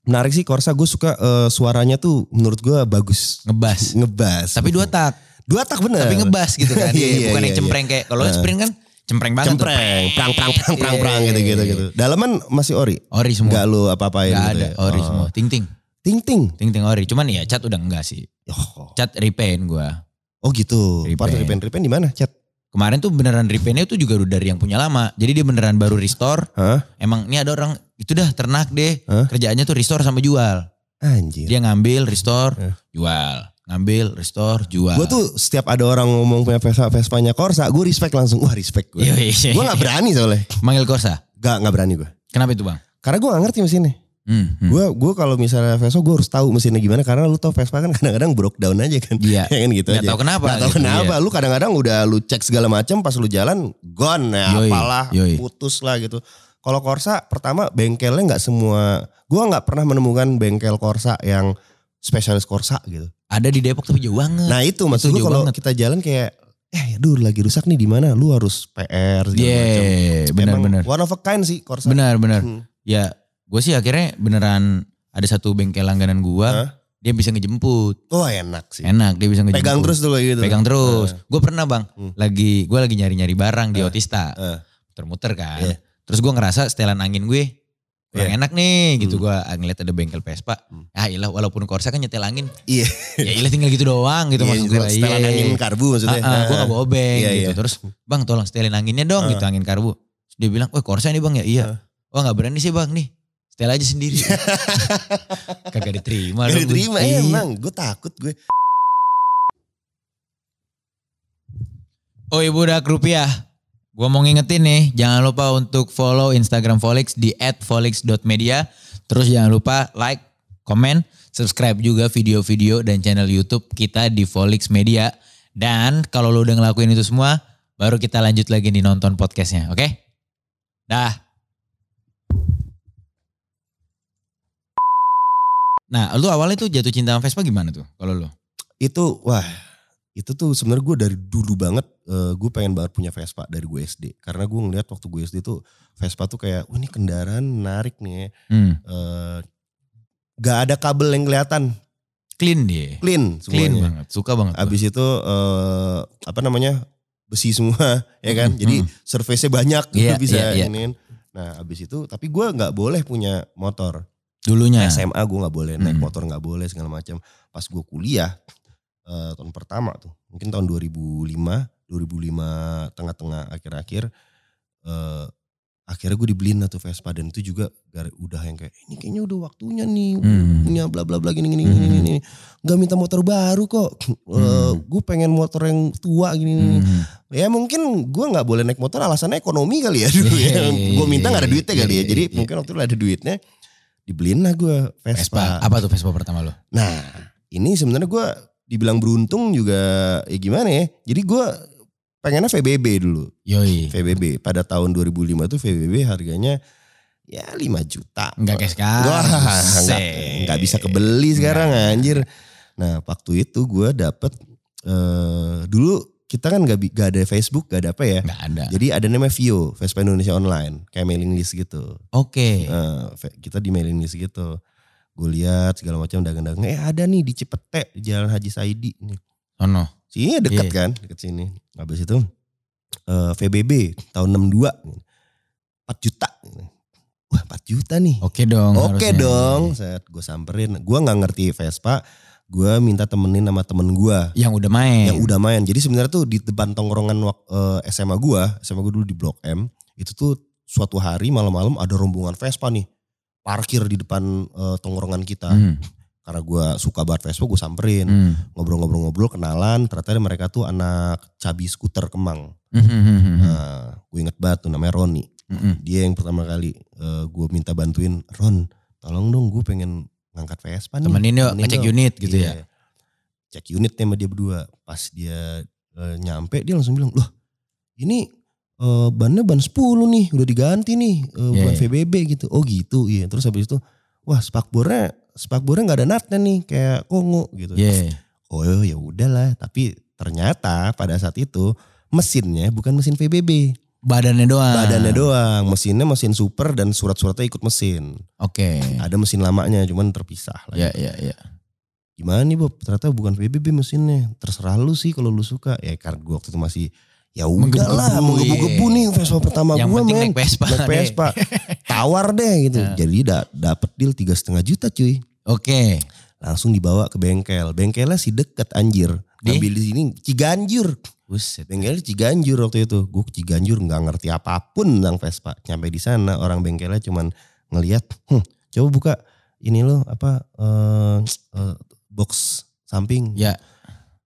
S2: menarik sih Corsa gue suka eh, suaranya tuh menurut gue bagus.
S1: Ngebas.
S2: Ngebas.
S1: Tapi dua tak,
S2: dua tak bener.
S1: tapi ngebas gitu kan.
S2: Iya,
S1: Iya,
S2: iya,
S1: Bukan
S2: iya,
S1: yang
S2: iya.
S1: cempreng kayak kalau
S2: Heeh.
S1: sprint kan cempreng banget. tuh. Iya,
S2: cempreng, prang prang prang prang prang gitu gitu gitu. Dalaman masih ori.
S1: Ori iya. semua.
S2: Enggak lu apa-apain
S1: Gak
S2: gitu
S1: ada
S2: ya?
S1: ori
S2: Oh.
S1: semua. Ting ting,
S2: Ting ting.
S1: ting ting ori. Cuman ya cat udah enggak sih.
S2: Oh,
S1: Cat repaint gua.
S2: oh gitu.
S1: Repaint.
S2: Part repaint repaint di mana, Chat?
S1: Kemarin tuh beneran repaintnya tuh juga udah dari yang punya lama. Jadi dia beneran baru restore.
S2: Hah?
S1: Emang ini ada orang itu dah ternak deh.
S2: Hah?
S1: Kerjaannya tuh restore sama jual.
S2: Anjir.
S1: Dia ngambil, restore,
S2: Hah.
S1: jual. Ngambil, restore, jual.
S2: Gue Iya. tuh setiap ada orang ngomong punya Vespa, Vespanya Corsa, gue respect langsung. Wah respect gue.
S1: Iya, iya.
S2: Gue gak berani soalnya.
S1: Manggil Corsa.
S2: Gak, gak berani gue.
S1: Kenapa itu bang?
S2: Karena gue gak ngerti mesinnya.
S1: Hmm, hmm.
S2: Gue gua kalau misalnya Vespa gue harus tahu mesinnya gimana. Karena lu tau Vespa kan kadang-kadang breakdown aja kan.
S1: Iya.
S2: Ya kan gitu
S1: Nggak
S2: aja.
S1: tahu kenapa
S2: Nggak tahu
S1: gitu,
S2: kenapa. Lu kadang-kadang udah lu cek segala macam pas lu jalan gone ya
S1: Yoi,
S2: apalah
S1: yoi.
S2: putus lah gitu. Kalau Corsa pertama bengkelnya nggak semua. Gua nggak pernah menemukan bengkel Corsa yang spesialis Corsa gitu.
S1: Ada di Depok tapi jauh banget.
S2: Nah itu maksud
S1: Itu
S2: gua
S1: jauh
S2: kalau
S1: Hmm. banget.
S2: kita jalan kayak eh aduh lagi rusak nih di mana? Lu harus PR Nah, segala
S1: Iya,
S2: macam.
S1: Yeah,
S2: Emang
S1: benar-benar.
S2: One of a kind sih Corsa.
S1: Benar-benar.
S2: Hmm.
S1: Ya, gue sih akhirnya beneran ada satu bengkel langganan gua,
S2: Hah?
S1: dia bisa ngejemput.
S2: Wah enak sih.
S1: Enak, dia bisa ngejemput.
S2: Pegang terus dulu gitu.
S1: Pegang terus. Gue pernah bang,
S2: Hmm.
S1: lagi gue lagi nyari-nyari barang di
S2: Eh,
S1: Otista,
S2: eh.
S1: muter-muter kan.
S2: Iya.
S1: Terus gue ngerasa setelan angin gue kurang enak nih gitu gue ngeliat ada bengkel Vespa.
S2: Hmm.
S1: Ah ilah walaupun Corsa kan nyetel angin.
S2: Iya.
S1: ya ilah tinggal gitu doang gitu
S2: Iya,
S1: maksud
S2: juga
S1: gue.
S2: setelan
S1: Iya.
S2: angin karbu maksudnya.
S1: Ah, ah, gue gak bawa obeng
S2: Iya,
S1: gitu.
S2: iya.
S1: Terus bang tolong setelin anginnya dong
S2: Ah.
S1: gitu angin karbu. Terus dia bilang, wah korsa nih bang ya
S2: Eh.
S1: iya. Wah gak berani sih bang nih. Setel aja sendiri. Kagak diterima.
S2: Gak
S1: dong gue.
S2: diterima
S1: Iya.
S2: emang, gue takut gue.
S1: Oi budak rupiah. Gue mau ngingetin nih, jangan lupa untuk follow Instagram Volix di @volix.media. Terus jangan lupa like, komen, subscribe juga video-video dan channel YouTube kita di Volix Media. Dan kalau lo udah ngelakuin itu semua, baru kita lanjut lagi nih nonton podcastnya, oke? Dah. Nah, lu awalnya tuh jatuh cinta sama Vespa gimana tuh kalau lu?
S2: Itu wah, itu tuh sebenarnya gue dari dulu banget eh, gue pengen banget punya Vespa dari gue SD. Karena gue ngeliat waktu gue SD tuh Vespa tuh kayak, wah ini kendaraan menarik nih. ya."
S1: Hmm.
S2: Eh, gak ada kabel yang kelihatan,
S1: Clean dia.
S2: clean
S1: Clean
S2: semuanya.
S1: banget, suka banget. gua.
S2: Abis itu eh, apa namanya besi semua, ya kan?
S1: Mm,
S2: Jadi
S1: mm.
S2: surface-nya banyak gitu
S1: Iya,
S2: bisa
S1: iya, iya.
S2: ini. Nah abis itu, tapi gue nggak boleh punya motor.
S1: Dulunya.
S2: SMA gue nggak boleh naik
S1: Mm.
S2: motor nggak boleh segala macam. Pas gue kuliah eh, tahun pertama tuh, mungkin tahun 2005, 2005 tengah-tengah akhir-akhir eh akhirnya gue dibeliin lah tuh Vespa dan itu juga gara- udah yang kayak ini kayaknya udah waktunya nih
S1: Hmm.
S2: punya bla bla bla gini gini
S1: Hmm.
S2: gini gini, gini nggak minta motor baru kok
S1: Hmm.
S2: gue pengen motor yang tua gini gini, gini.
S1: Hmm.
S2: Ya mungkin gue nggak boleh naik motor alasannya ekonomi kali ya dulu
S1: Iya,
S2: ya. Gue minta nggak ada duitnya kali ya. Jadi mungkin waktu itu ada duitnya dibeliin lah gue
S1: Vespa.
S2: Vespa.
S1: Apa tuh Vespa pertama lo?
S2: Nah ini sebenarnya gue dibilang beruntung juga ya gimana ya. Jadi gue pengennya VBB dulu.
S1: Yoi.
S2: VBB pada tahun 2005 tuh VBB harganya ya 5 juta.
S1: Enggak kayak sekarang.
S2: Wah, enggak, enggak bisa kebeli sekarang anjir. Nah waktu itu gue dapet, eh dulu kita kan gak, bi- gak ada Facebook, gak ada apa ya.
S1: Enggak ada.
S2: Jadi ada namanya Vio, Vespa Indonesia Online. Kayak mailing list gitu.
S1: Oke.
S2: Eh, ve- kita di mailing list gitu. Gue lihat segala macam dagang-dagang. Eh ada nih di Cipete, Jalan Haji Saidi. Nih.
S1: Oh no.
S2: Sini dekat
S1: Iya.
S2: kan, dekat sini. Habis itu eh, VBB tahun 62. 4 juta. Wah 4 juta nih.
S1: Oke dong.
S2: Oke
S1: harusnya.
S2: dong, set gue samperin. Gue nggak ngerti Vespa, gue minta temenin sama temen gue
S1: Yang udah main.
S2: yang udah main. Jadi sebenarnya tuh di depan tongkrongan wak- eh, SMA gue, SMA gue dulu di Blok M, itu tuh suatu hari malam-malam ada rombongan Vespa nih parkir di depan eh, tongkrongan kita.
S1: Hmm,
S2: Karena gue suka banget Vespa, gue samperin,
S1: hmm.
S2: ngobrol-ngobrol-ngobrol, kenalan. Ternyata mereka tuh anak cabi skuter Kemang.
S1: Hmm, hmm, hmm, hmm, hmm.
S2: Nah, gue inget banget tuh namanya Roni
S1: Hmm,
S2: dia yang pertama kali gue minta bantuin Ron tolong dong gue pengen ngangkat Vespa nih
S1: Temenin yuk
S2: Temenin
S1: ngecek
S2: yuk.
S1: unit gitu ya.
S2: Iya. cek unit sama dia berdua pas dia eh, nyampe dia langsung bilang loh ini eh, bannya ban 10 nih udah diganti nih eh,
S1: Iya,
S2: ban
S1: iya.
S2: VBB gitu oh gitu iya terus habis itu wah spakbornya spakbornya nggak ada natnya nih kayak kongo gitu
S1: Iya.
S2: oh ya udahlah tapi ternyata pada saat itu mesinnya bukan mesin VBB
S1: Badannya doang.
S2: badannya doang mesinnya mesin super dan surat-suratnya ikut mesin
S1: Oke.
S2: ada mesin lamanya cuman terpisah lah
S1: Ya ya ya.
S2: gimana nih Bob ternyata bukan PBB mesinnya terserah lu sih kalau lu suka ya karena gue waktu itu masih ya udah
S1: Menggebu-gebu,
S2: lah mau gebu-gebu
S1: iya.
S2: nih Vespa pertama
S1: Yang
S2: gue
S1: penting
S2: men
S1: naik ya. Vespa.
S2: naik
S1: deh.
S2: Vespa tawar deh gitu
S1: Ya.
S2: jadi da dapet deal tiga setengah juta cuy
S1: Oke.
S2: langsung dibawa ke bengkel bengkelnya si deket anjir
S1: Di?
S2: ambil di sini Ciganjur
S1: Buset.
S2: bengkelnya Ciganjur waktu itu gue Ciganjur nggak ngerti apapun tentang Vespa nyampe di sana orang bengkelnya cuman ngelihat "Hmm, coba buka ini loh apa eh, eh, box samping
S1: Ya.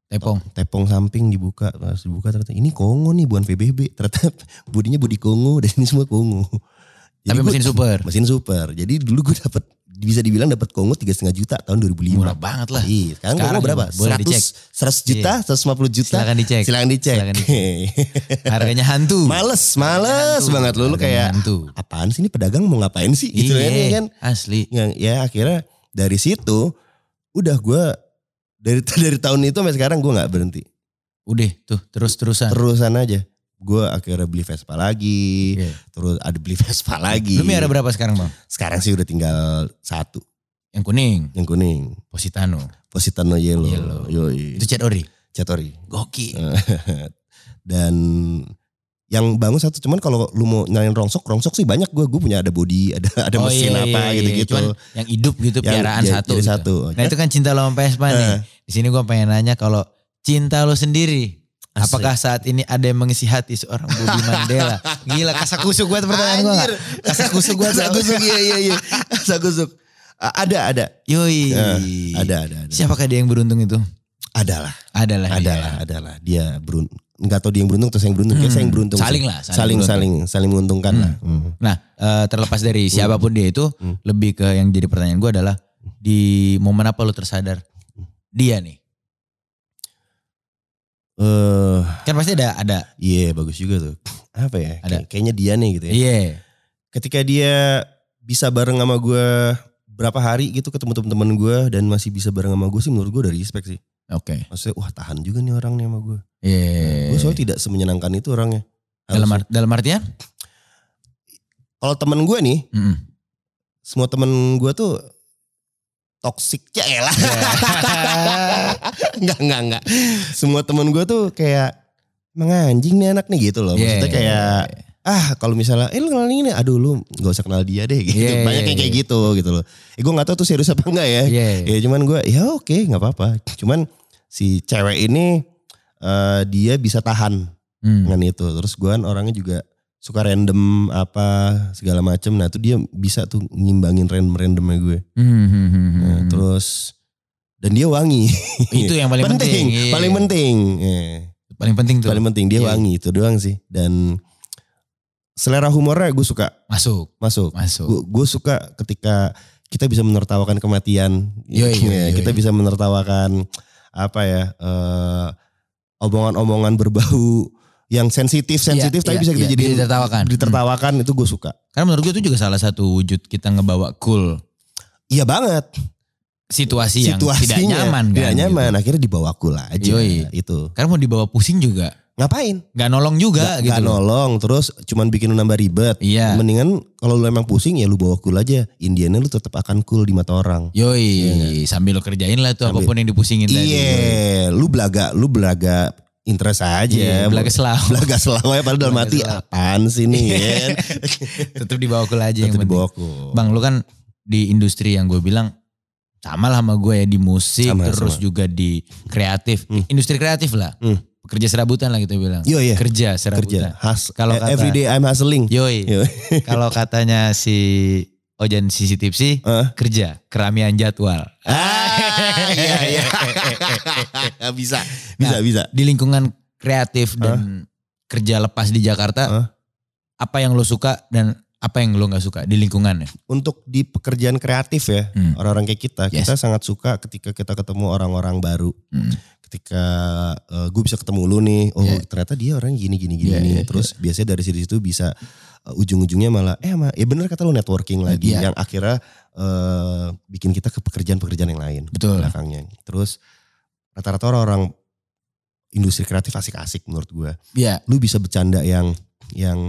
S1: Tepong.
S2: tepong samping dibuka pas dibuka ternyata ini Kongo nih bukan VBB ternyata bodinya bodi Kongo dan ini semua Kongo
S1: Tapi
S2: gua-
S1: mesin super.
S2: mesin super jadi dulu gue dapat bisa dibilang dapat Kongo tiga setengah juta tahun 2005
S1: Murah banget lah.
S2: Iya, sekarang,
S1: Sekarang
S2: Kongo berapa?
S1: ya, boleh Iya.
S2: 100, 100 juta, 150 juta.
S1: Silakan dicek.
S2: Silakan dicek.
S1: Silakan Harganya hantu.
S2: males, males
S1: Hantu.
S2: banget lu lu
S1: Harganya
S2: kayak
S1: hantu.
S2: apaan sih ini pedagang mau ngapain sih gitu kan, ya
S1: Iya.
S2: kan.
S1: Asli.
S2: Yang ya akhirnya dari situ udah gue dari dari tahun itu sampai sekarang gue nggak berhenti.
S1: Udah tuh terus-terusan.
S2: Terusan aja. Gue akhirnya beli Vespa lagi,
S1: Iya.
S2: terus ada beli Vespa lagi.
S1: Lu miara berapa sekarang bang?
S2: Sekarang sih udah tinggal satu
S1: Yang kuning.
S2: yang kuning,
S1: Positano.
S2: Positano Yellow.
S1: Yellow.
S2: Yoi.
S1: Itu cat ori.
S2: Catori.
S1: Gokil.
S2: Eh, dan yang bangun satu cuman kalau lu mau nyalain rongsok rongsok sih banyak gue gue punya ada body ada ada
S1: Oh,
S2: mesin
S1: iya,
S2: apa
S1: iya, iya.
S2: gitu gitu
S1: Cuman yang hidup gitu piaraan satu. gitu.
S2: satu Eh.
S1: Nah itu kan cinta lo sama Vespa nih. Di sini gua pengen nanya kalau cinta lo sendiri.
S2: Asik.
S1: Apakah saat ini ada yang mengisi hati seorang Budi Mandela? Gila kasakusuk banget pertanyaan gue.
S2: Anjir.
S1: Kasakusuk
S2: gue
S1: banget.
S2: sakusuk iya iya iya sakusuk A- ada ada
S1: Yoi. Iya.
S2: Eh, ada ada ada
S1: Siapakah dia yang beruntung itu? Hmm.
S2: adalah
S1: Adalah. dia.
S2: adalah adalah dia beruntung nggak tau dia yang beruntung atau saya yang beruntung kayak saya yang beruntung
S1: Saling lah.
S2: sih. saling
S1: beruntung.
S2: saling saling menguntungkan lah Hmm.
S1: Nah eh, terlepas dari siapapun dia itu.
S2: Hmm.
S1: Lebih ke yang jadi pertanyaan gue adalah. Di momen apa lo tersadar?
S2: Hmm.
S1: Dia nih.
S2: eh
S1: Kan pasti ada. ada.
S2: iya bagus juga tuh apa ya
S1: Ada.
S2: Kay- kayaknya dia nih gitu ya
S1: Iya.
S2: ketika dia bisa bareng sama gue berapa hari gitu ketemu temen-temen gue dan masih bisa bareng sama gue sih menurut gue dari respect sih.
S1: Oke.
S2: Maksudnya wah tahan juga nih orang nih sama gue.
S1: Iya.
S2: Gue soalnya Nah, tidak semenyenangkan itu orangnya.
S1: Dalam,
S2: Harusnya.
S1: ar- dalam artian?
S2: Kalau temen gue nih,
S1: Mm-mm.
S2: semua temen gue tuh toxic ya elah.
S1: Iya.
S2: enggak, enggak, enggak. Semua temen gue tuh kayak emang anjing nih anak nih gitu loh.
S1: Iya,
S2: Maksudnya
S1: iya,
S2: kayak
S1: iya.
S2: ah kalau misalnya eh lu kenal ini aduh lu gak usah kenal dia deh gitu.
S1: Iya,
S2: Banyak
S1: iya,
S2: yang kayak
S1: iya.
S2: gitu gitu loh. Eh gue gak tahu tuh serius apa enggak ya.
S1: Iya.
S2: Ya cuman gue ya oke nggak apa-apa. Cuman si cewek ini eh, dia bisa tahan
S1: Hmm.
S2: dengan itu. Terus gue kan orangnya juga suka random apa segala macem. Nah itu dia bisa tuh ngimbangin random-randomnya gue.
S1: Hmm, hmm, hmm,
S2: Nah,
S1: hmm.
S2: Terus dan dia wangi.
S1: itu yang paling penting. Iya.
S2: paling penting. Iya.
S1: Paling penting tuh.
S2: Paling penting dia
S1: Iya.
S2: wangi itu doang sih. Dan selera humornya gue suka
S1: Masuk,
S2: masuk.
S1: masuk.
S2: Gue gue suka ketika kita bisa menertawakan kematian.
S1: Yoi, yoi,
S2: Ya, kita
S1: yoi.
S2: bisa menertawakan apa ya eh, omongan-omongan berbau yang sensitif sensitif
S1: Iya,
S2: tapi
S1: iya,
S2: bisa kita
S1: iya.
S2: jadi
S1: ditertawakan.
S2: ditertawakan itu gue suka.
S1: Hmm. Karena menurut gue itu juga salah satu wujud kita ngebawa cool
S2: Iya banget.
S1: situasi Iya, yang tidak
S2: Situasinya
S1: nyaman kan.
S2: Tidak
S1: gitu.
S2: nyaman. Akhirnya dibawa cool aja.
S1: Yoi.
S2: Itu.
S1: Karena mau dibawa pusing juga,
S2: Ngapain?
S1: nggak nolong juga
S2: Nggak-
S1: gitu.
S2: nggak
S1: loh.
S2: nolong. Terus cuman bikin lu nambah ribet.
S1: Iya.
S2: Mendingan kalau lu emang pusing ya lu bawa cool aja. Indiannya lu tetap akan cool di mata orang.
S1: Yoi,
S2: Iya
S1: sambil lo kerjain lah tuh
S2: Sambil-
S1: apapun yang dipusingin tadi.
S2: Iya. Lu belaga, lu belaga interest aja.
S1: Iya, belaga selalu.
S2: Belaga selalu ya padahal dalam
S1: Belaga
S2: hati
S1: selalu.
S2: apaan sih nih kan.
S1: Tetap dibawa cool aja yang
S2: Tetap
S1: penting.
S2: dibawa cool.
S1: Bang, lu kan di industri yang gue bilang sama lah sama gue ya di musik
S2: Sama,
S1: terus juga di kreatif,
S2: Hmm.
S1: industri kreatif lah.
S2: Hmm.
S1: Kerja serabutan lah gitu bilang.
S2: Yo ya.
S1: Kerja
S2: Kerja.
S1: serabutan.
S2: Has,
S1: Kalau
S2: eh,
S1: kata-
S2: everyday I'm hustling.
S1: Yoi.
S2: Yoi.
S1: Kalau katanya si Ojan Sisi Tipsi,
S2: Heeh.
S1: kerja keramian jadwal.
S2: Ah, iya, iya. bisa, bisa, bisa.
S1: Di lingkungan kreatif dan kerja lepas di Jakarta,
S2: Hah?
S1: apa yang lo suka dan apa yang lo nggak suka di lingkungan ya?
S2: Untuk di pekerjaan kreatif ya,
S1: Hmm.
S2: orang-orang kayak kita,
S1: Yes.
S2: kita sangat suka ketika kita ketemu orang-orang baru.
S1: Hmm.
S2: Ketika gue bisa ketemu lu nih, oh
S1: Yeah.
S2: ternyata dia orang gini gini gini.
S1: Yeah,
S2: nih.
S1: yeah,
S2: Terus biasanya dari situ situ bisa eh, ujung-ujungnya malah eh ma, ya bener kata lu networking lagi
S1: Yeah.
S2: yang akhirnya eh, bikin kita ke pekerjaan-pekerjaan yang lain
S1: Betul.
S2: belakangnya. Terus rata-rata orang-orang industri kreatif asik-asik menurut gue.
S1: Iya.
S2: lu bisa bercanda yang yang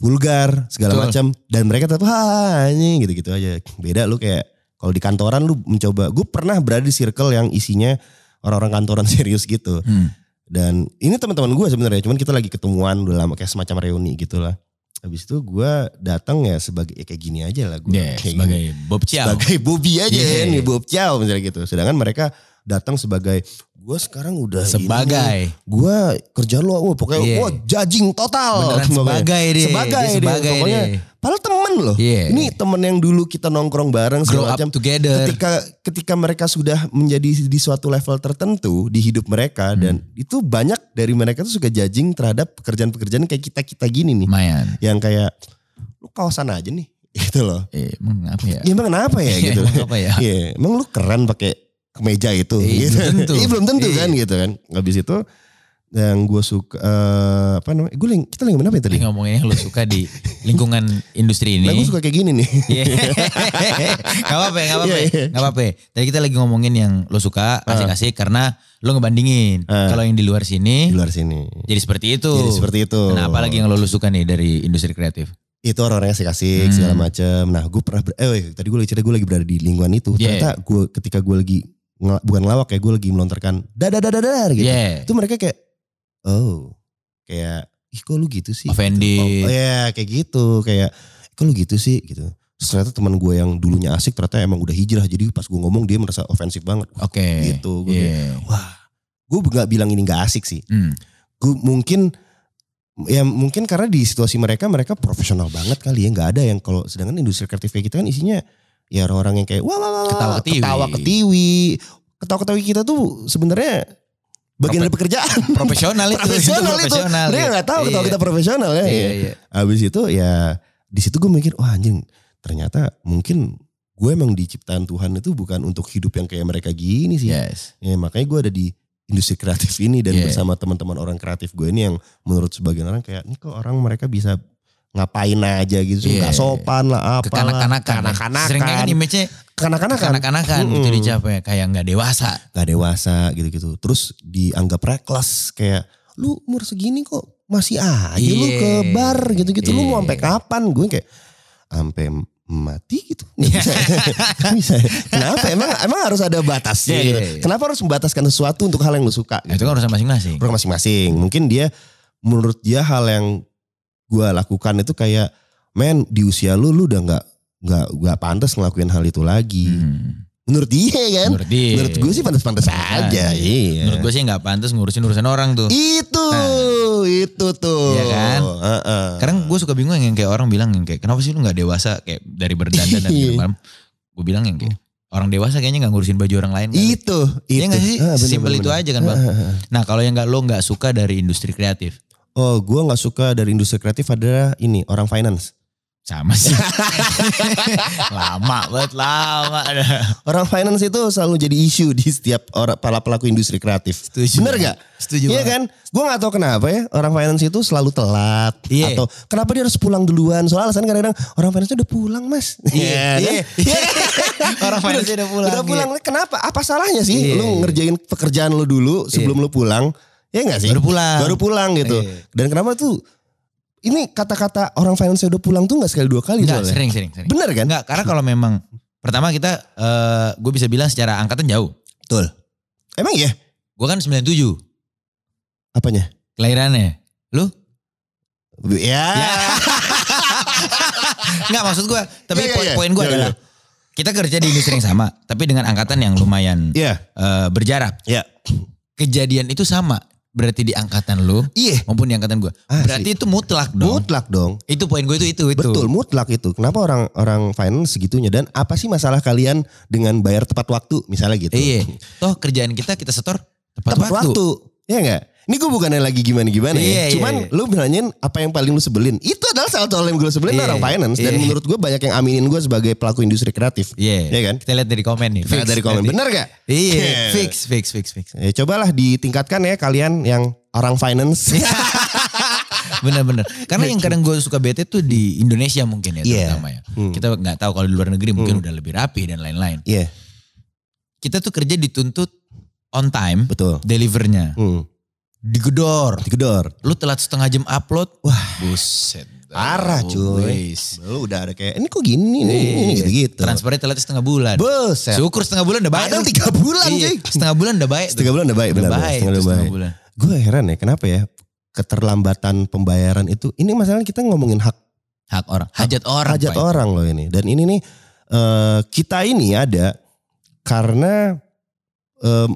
S2: vulgar
S1: Betul.
S2: segala macam dan mereka tetap "Ah, anjing gitu-gitu aja. Beda lu kayak kalau di kantoran lu mencoba, gue pernah berada di circle yang isinya orang-orang kantoran serius gitu.
S1: Hmm.
S2: Dan ini teman-teman gue sebenarnya, cuman kita lagi ketemuan udah lama kayak semacam reuni gitu lah. Habis itu gue datang ya sebagai ya kayak gini aja lah gue.
S1: Iya, sebagai Bob Ciao.
S2: sebagai Bobby aja
S1: Iya.
S2: nih, Bob Chow misalnya gitu. Sedangkan mereka datang sebagai gue sekarang udah ini nih,
S1: Sebagai.
S2: gue kerja lu wah pokoknya
S1: Iya.
S2: wah judging total
S1: Beneran
S2: Pokoknya.
S1: Oh, sebagai deh.
S2: Sebagai
S1: Dia
S2: deh,
S1: sebagai
S2: pokoknya.
S1: deh.
S2: padahal temen loh
S1: Iya.
S2: ini temen yang dulu kita nongkrong bareng
S1: Grow
S2: segala
S1: up
S2: macam
S1: together.
S2: ketika ketika mereka sudah menjadi di suatu level tertentu di hidup mereka
S1: Hmm.
S2: dan itu banyak dari mereka tuh suka judging terhadap pekerjaan-pekerjaan kayak kita-kita gini nih
S1: Lumayan.
S2: yang kayak lu kawasan aja nih gitu loh
S1: Eh, emang apa ya?
S2: ya emang kenapa ya gitu
S1: Emang apa ya?
S2: Iya, emang lu keren pakai kemeja itu.
S1: Iya,
S2: gitu.
S1: belum tentu.
S2: Iya, belum tentu
S1: Iya.
S2: kan gitu kan. Habis itu yang gue suka eh, apa namanya? Gue kita lagi ngomongin apa ya tadi?
S1: Ini ngomongin yang lo suka di lingkungan industri
S2: Nah, gue
S1: ini.
S2: suka kayak gini nih.
S1: Iya. gak apa-apa, gak apa-apa.
S2: Iya, iya.
S1: Gak apa-apa. Tadi kita lagi ngomongin yang lo suka asik-asik karena lo ngebandingin.
S2: Ah.
S1: Kalau yang di luar
S2: Di
S1: sini
S2: luar sini.
S1: jadi seperti itu.
S2: Jadi seperti itu.
S1: Nah, apalagi yang lo lo suka nih dari industri kreatif?
S2: Itu orang-orangnya asik-asik
S1: Hmm.
S2: segala macam. Nah, gue pernah ber- eh weh, tadi gue lagi cerita gue lagi berada di lingkungan itu.
S1: Iya.
S2: Ternyata gue ketika gue lagi ngel- bukan ngelawak ya, gue lagi melontarkan dadadadadar gitu.
S1: Yeah.
S2: Itu mereka kayak oh, kayak ih kok lu gitu sih?
S1: Offended.
S2: Oh, oh ya kayak gitu, kayak kok lu gitu sih gitu. Terus ternyata teman gue yang dulunya asik ternyata emang udah hijrah. Jadi pas gue ngomong dia merasa ofensif banget. Wah,
S1: Oke.
S2: Gitu, gue
S1: Iya.
S2: Wah, gue gak bilang ini gak asik sih.
S1: Hmm.
S2: Gue mungkin ya mungkin karena di situasi mereka mereka profesional banget kali ya nggak ada yang kalau sedangkan industri kreatif kayak kita kan isinya ya orang-orang yang kayak wah wah wah wah,
S1: Ketawa ketiwi.
S2: ketawa ketiwi ketawa ketiwi kita tuh sebenarnya bagian dari pekerjaan
S1: Profesional itu. gitu.
S2: profesional itu mereka nggak tahu ketawa kita profesional ya
S1: Nah, Iya, iya.
S2: Habis itu ya di situ gue mikir wah anjing ternyata mungkin gue emang diciptaan Tuhan itu bukan untuk hidup yang kayak mereka gini sih.
S1: Yes.
S2: Ya, makanya gue ada di industri kreatif ini dan
S1: Yeah.
S2: bersama teman-teman orang kreatif gue ini yang menurut sebagian orang kayak ini kok orang mereka bisa ngapain aja gitu
S1: Yeah.
S2: nggak sopan lah apa
S1: Ya, Kekanak-kanakan. Sering kan
S2: kanak-kanakan
S1: image-nya
S2: kanak-kanakan
S1: kekanak-kanakan gitu
S2: Mm-mm.
S1: dicapai kayak nggak dewasa.
S2: nggak dewasa gitu-gitu terus dianggap reckless kayak lu umur segini kok masih aja lu
S1: Iya.
S2: ke bar gitu-gitu
S1: Iya.
S2: lu mau sampai kapan gue kayak sampai mati gitu
S1: Iya.
S2: nggak bisa Nggak bisa ya. kenapa emang emang harus ada batasnya
S1: Iya.
S2: gitu kenapa harus membataskan sesuatu untuk hal yang lu suka
S1: Itu
S2: gitu.
S1: kan urusan masing-masing.
S2: orang masing-masing mungkin dia menurut dia hal yang gue lakukan itu kayak men di usia lu lu udah nggak nggak nggak pantas ngelakuin hal itu lagi
S1: Hmm.
S2: menurut dia kan
S1: Menurut dia.
S2: menurut gue sih pantas-pantas aja iya
S1: Iya. Nah, Menurut gue sih nggak pantas ngurusin urusan orang tuh.
S2: itu, itu tuh.
S1: Iya kan?
S2: Heeh.
S1: Kadang gue suka bingung yang kayak orang bilang yang kayak kenapa sih lu nggak dewasa kayak dari berdandan dan
S2: Iya.
S1: malam. Gue bilang yang kayak orang dewasa kayaknya nggak ngurusin baju orang lain. kali.
S2: itu, itu.
S1: Iya nggak sih?
S2: Ah, bener,
S1: Simpel
S2: bener,
S1: itu
S2: bener.
S1: aja kan bang.
S2: Ah, ah, ah.
S1: Nah kalau yang nggak lo nggak suka dari industri kreatif
S2: Oh, gue nggak suka dari industri kreatif adalah ini orang finance.
S1: Sama sih. lama banget, lama.
S2: Orang finance itu selalu jadi isu di setiap orang para pelaku industri kreatif.
S1: Setuju.
S2: Bener gak?
S1: Setuju.
S2: Iya
S1: banget.
S2: kan? Gue gak tahu kenapa ya orang finance itu selalu telat
S1: Iya.
S2: atau kenapa dia harus pulang duluan. Soal alasan kadang-kadang orang finance itu udah pulang mas.
S1: Iya,
S2: Iya.
S1: iya. Orang finance udah pulang.
S2: kan?
S1: gitu.
S2: Udah pulang. Kenapa? Apa salahnya
S1: Iya,
S2: sih lu
S1: iya.
S2: ngerjain pekerjaan lu dulu sebelum lu pulang? Ya gak sih?
S1: Baru pulang.
S2: Baru pulang gitu.
S1: Iya.
S2: Dan kenapa tuh ini kata-kata orang finance udah pulang tuh gak sekali dua kali
S1: Enggak,
S2: soalnya.
S1: sering, sering, sering.
S2: Kan gitu Bener kan?
S1: Enggak, karena kalau memang pertama kita eh gue bisa bilang secara angkatan jauh.
S2: Betul. Emang ya?
S1: Gue kan 97
S2: Apanya?
S1: kelahirannya. Lu?
S2: Ya.
S1: Enggak maksud gue, tapi
S2: Iya, iya,
S1: poin,
S2: iya.
S1: poin gue
S2: Iya,
S1: adalah kita kerja di industri yang sama, tapi dengan angkatan yang lumayan
S2: Iya.
S1: eh, berjarak.
S2: Iya.
S1: Kejadian itu sama, berarti di angkatan lu
S2: Iya.
S1: maupun di angkatan gue.
S2: Asli.
S1: Berarti itu mutlak dong.
S2: Mutlak dong.
S1: itu poin gue itu itu itu.
S2: Betul, mutlak itu. Kenapa orang orang finance segitunya dan apa sih masalah kalian dengan bayar tepat waktu misalnya gitu?
S1: Iya. Toh kerjaan kita kita setor tepat,
S2: Tepat
S1: waktu.
S2: waktu. Iya enggak? Ini gue bukannya lagi gimana-gimana
S1: Iya, iya,
S2: ya. Cuman
S1: iya.
S2: lu nanyain apa yang paling lu sebelin. Itu adalah salah satu hal yang gue sebelin
S1: Iya,
S2: orang finance. Dan
S1: iya.
S2: menurut gue banyak yang aminin gue sebagai pelaku industri kreatif.
S1: Iya.
S2: Iya kan?
S1: Kita lihat dari komen nih.
S2: Nah,
S1: fix
S2: dari komen.
S1: berarti.
S2: Bener gak?
S1: Iya.
S2: Iya.
S1: Fix, fix, fix, fix.
S2: Ya, cobalah ditingkatkan ya kalian yang orang finance.
S1: Iya. Bener-bener. Karena yang kadang gue suka bete tuh di Indonesia mungkin ya
S2: Iya.
S1: terutama ya.
S2: Hmm.
S1: Kita nggak tahu kalau di luar negeri mungkin
S2: Hmm.
S1: udah lebih rapi dan lain-lain.
S2: Iya,
S1: Kita tuh kerja dituntut on time,
S2: betul.
S1: delivernya,
S2: Hmm.
S1: digedor.
S2: Digedor.
S1: Lu telat setengah jam upload, wah buset.
S2: Parah, cuy.
S1: Wis.
S2: Lu udah ada kayak ini kok gini nih,
S1: Iya.
S2: ini gitu-gitu.
S1: Transfernya telat setengah bulan.
S2: Buset.
S1: Syukur setengah bulan udah baik.
S2: Kadang
S1: tuh.
S2: tiga bulan
S1: Iya,
S2: cuy.
S1: Setengah bulan udah baik.
S2: Setengah bulan udah baik.
S1: udah
S2: benar, benar.
S1: baik.
S2: Setengah
S1: tuh
S2: bulan
S1: Setengah
S2: baik.
S1: bulan.
S2: Gue heran ya kenapa ya keterlambatan pembayaran itu. Ini masalah kita ngomongin hak
S1: Hak orang. Hajat orang.
S2: hajat
S1: Pak.
S2: orang loh ini. Dan ini nih eh, kita ini ada karena em,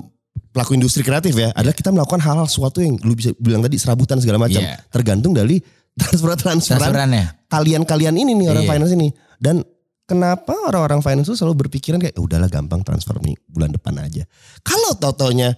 S2: pelaku industri kreatif ya. Adalah kita melakukan hal-hal sesuatu yang lu bisa bilang tadi serabutan segala macam.
S1: Iya.
S2: Tergantung dari transferan-transferan
S1: Transferannya.
S2: kalian-kalian ini nih orang
S1: Iya.
S2: finance ini dan kenapa orang-orang finance tuh selalu berpikiran kayak "Ya udahlah gampang transfer nih bulan depan aja kalau totonya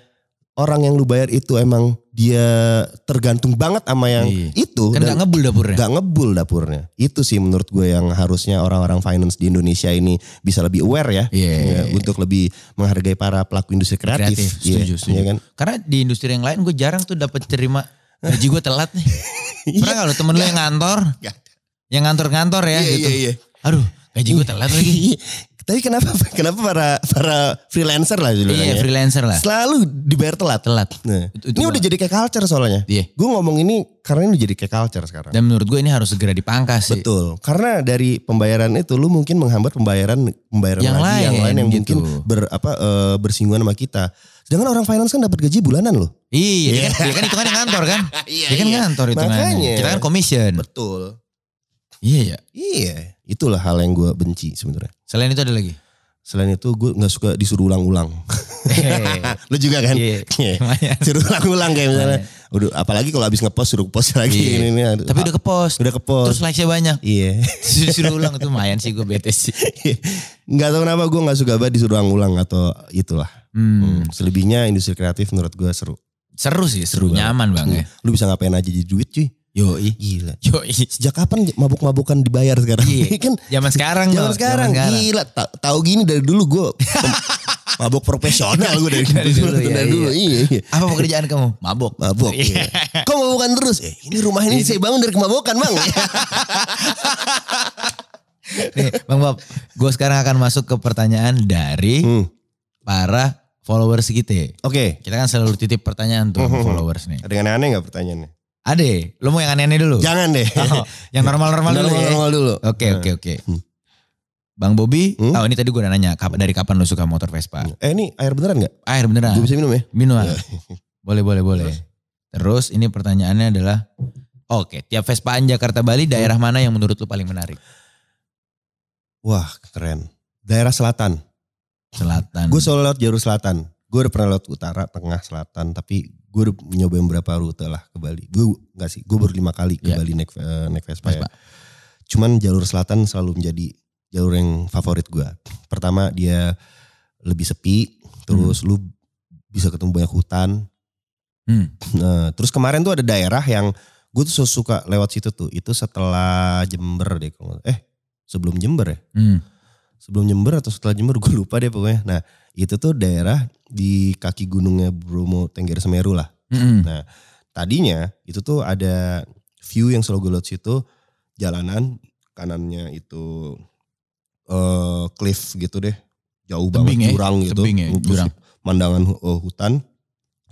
S2: orang yang lu bayar itu emang dia tergantung banget sama yang
S1: Iya.
S2: itu
S1: Kan gak
S2: dan
S1: ngebul dapurnya.
S2: nggak ngebul dapurnya itu sih menurut gue yang harusnya orang-orang finance di Indonesia ini bisa lebih aware ya
S1: Iya.
S2: Ya, untuk lebih menghargai para pelaku industri kreatif,
S1: Kreatif,
S2: Iya,
S1: setuju, setuju.
S2: iya kan?
S1: Karena di industri yang lain gue jarang tuh dapat terima gaji gue telat nih.
S2: Iya.
S1: Pernah gak lu temen lu yang ngantor?
S2: Nggak.
S1: Yang ngantor-ngantor ya
S2: Iya,
S1: gitu.
S2: iya, iya.
S1: Aduh gaji gue telat lagi.
S2: Iya. Tapi kenapa kenapa para para freelancer lah sebenarnya
S1: Iya
S2: ya,
S1: freelancer lah.
S2: selalu dibayar telat
S1: Telat.
S2: Nah,
S1: Itu- itu
S2: ini udah jadi kayak culture soalnya.
S1: Iya.
S2: Gue ngomong ini karena ini udah jadi kayak culture sekarang.
S1: Dan menurut gue ini harus segera dipangkas Ya, sih.
S2: Betul. Karena dari pembayaran itu lu mungkin menghambat pembayaran pembayaran
S1: Yang
S2: lagi yang
S1: lain,
S2: lain yang
S1: gitu.
S2: mungkin ber apa eh, bersinggungan sama kita. Sedangkan orang finance kan dapat gaji bulanan loh.
S1: Iya, dia kan, dia kan hitungannya ngantor kan.
S2: Iya.
S1: Dia kan ngantor hitungannya.
S2: Makanya.
S1: Kita kan commission.
S2: Betul.
S1: Iya ya.
S2: Iya, itulah hal yang gue benci sebenarnya.
S1: Selain itu ada lagi.
S2: Selain itu gue nggak suka disuruh ulang-ulang. lu juga kan?
S1: Iya. Lumayan.
S2: suruh ulang-ulang kayak misalnya. Udah, apalagi kalau habis ngepost suruh post lagi
S1: Iya.
S2: ini, ini, aduh. Ah,
S1: Tapi udah ke post.
S2: udah ke
S1: Terus like-nya banyak.
S2: Iya.
S1: Disuruh ulang itu lumayan sih gue bete sih.
S2: nggak tahu kenapa gue nggak suka banget disuruh ulang atau itulah.
S1: Hmm,
S2: Hmm, Selebihnya industri kreatif menurut gue seru.
S1: seru sih, seru,
S2: Seru banget.
S1: nyaman banget.
S2: Lu bisa ngapain aja jadi duit
S1: ya.
S2: cuy.
S1: Yoi.
S2: Gila.
S1: Yoi.
S2: Sejak kapan mabuk-mabukan dibayar sekarang?
S1: Iya.
S2: kan
S1: Zaman sekarang
S2: zaman
S1: dong,
S2: sekarang. Gila. Ta- Tahu gini dari dulu gue mabuk profesional gue dari,
S1: Dari dulu,
S2: dulu.
S1: iya,
S2: dari dulu. Iya. iya.
S1: Apa pekerjaan kamu? Mabok.
S2: Mabuk. iya. Kok mabukan terus? Eh, ini rumah ini saya bangun dari kemabukan bang.
S1: Nih, Bang Bob, gue sekarang akan masuk ke pertanyaan dari
S2: Hmm,
S1: para followers kita.
S2: Oke.
S1: Kita kan selalu titip pertanyaan tuh sama
S2: Mhm.
S1: followers nih.
S2: Ada yang aneh nggak pertanyaannya?
S1: Ade, lo mau yang aneh-aneh dulu?
S2: Jangan deh. eh.
S1: Oh, yang normal-normal dulu ya.
S2: Ya. Normal-normal dulu.
S1: Oke, oke, oke.
S2: Hmm.
S1: Bang Bobby,
S2: Hmm?
S1: oh ini tadi gue udah nanya, kap- dari kapan lo suka motor Vespa?
S2: Eh ini air beneran nggak?
S1: Air beneran.
S2: Gue bisa minum ya?
S1: Minum ah. Boleh, boleh, boleh. Terus ini pertanyaannya adalah, oke, tiap Vespaan Jakarta Bali daerah mana yang menurut lu paling menarik?
S2: Wah keren. Daerah selatan.
S1: Selatan.
S2: Gue selalu lewat jalur selatan. Gue udah pernah lewat utara, tengah, selatan. Tapi gue udah nyobain beberapa rute lah ke Bali. Gue nggak sih. Gue baru lima kali ke
S1: Iya.
S2: Bali naik, eh, naik Vespa. ya.
S1: Vespa.
S2: Cuman jalur selatan selalu menjadi jalur yang favorit gue. Pertama dia lebih sepi. Terus lu bisa ketemu banyak hutan. Eh,
S1: Hmm.
S2: Nah, terus kemarin tuh ada daerah yang gue tuh so suka lewat situ tuh itu setelah Jember deh kalau nggak- eh sebelum Jember ya
S1: Hmm.
S2: sebelum Jember atau setelah Jember gue lupa deh pokoknya nah itu tuh daerah di kaki gunungnya Bromo Tengger Semeru lah
S1: Mm-mm.
S2: Nah, tadinya itu tuh ada view yang selalu gue lihat situ jalanan kanannya itu eh cliff gitu deh jauh
S1: Tebing ya,
S2: banget jurang gitu
S1: tebing ya, jurang.
S2: Terus mandangan hu- eh, hutan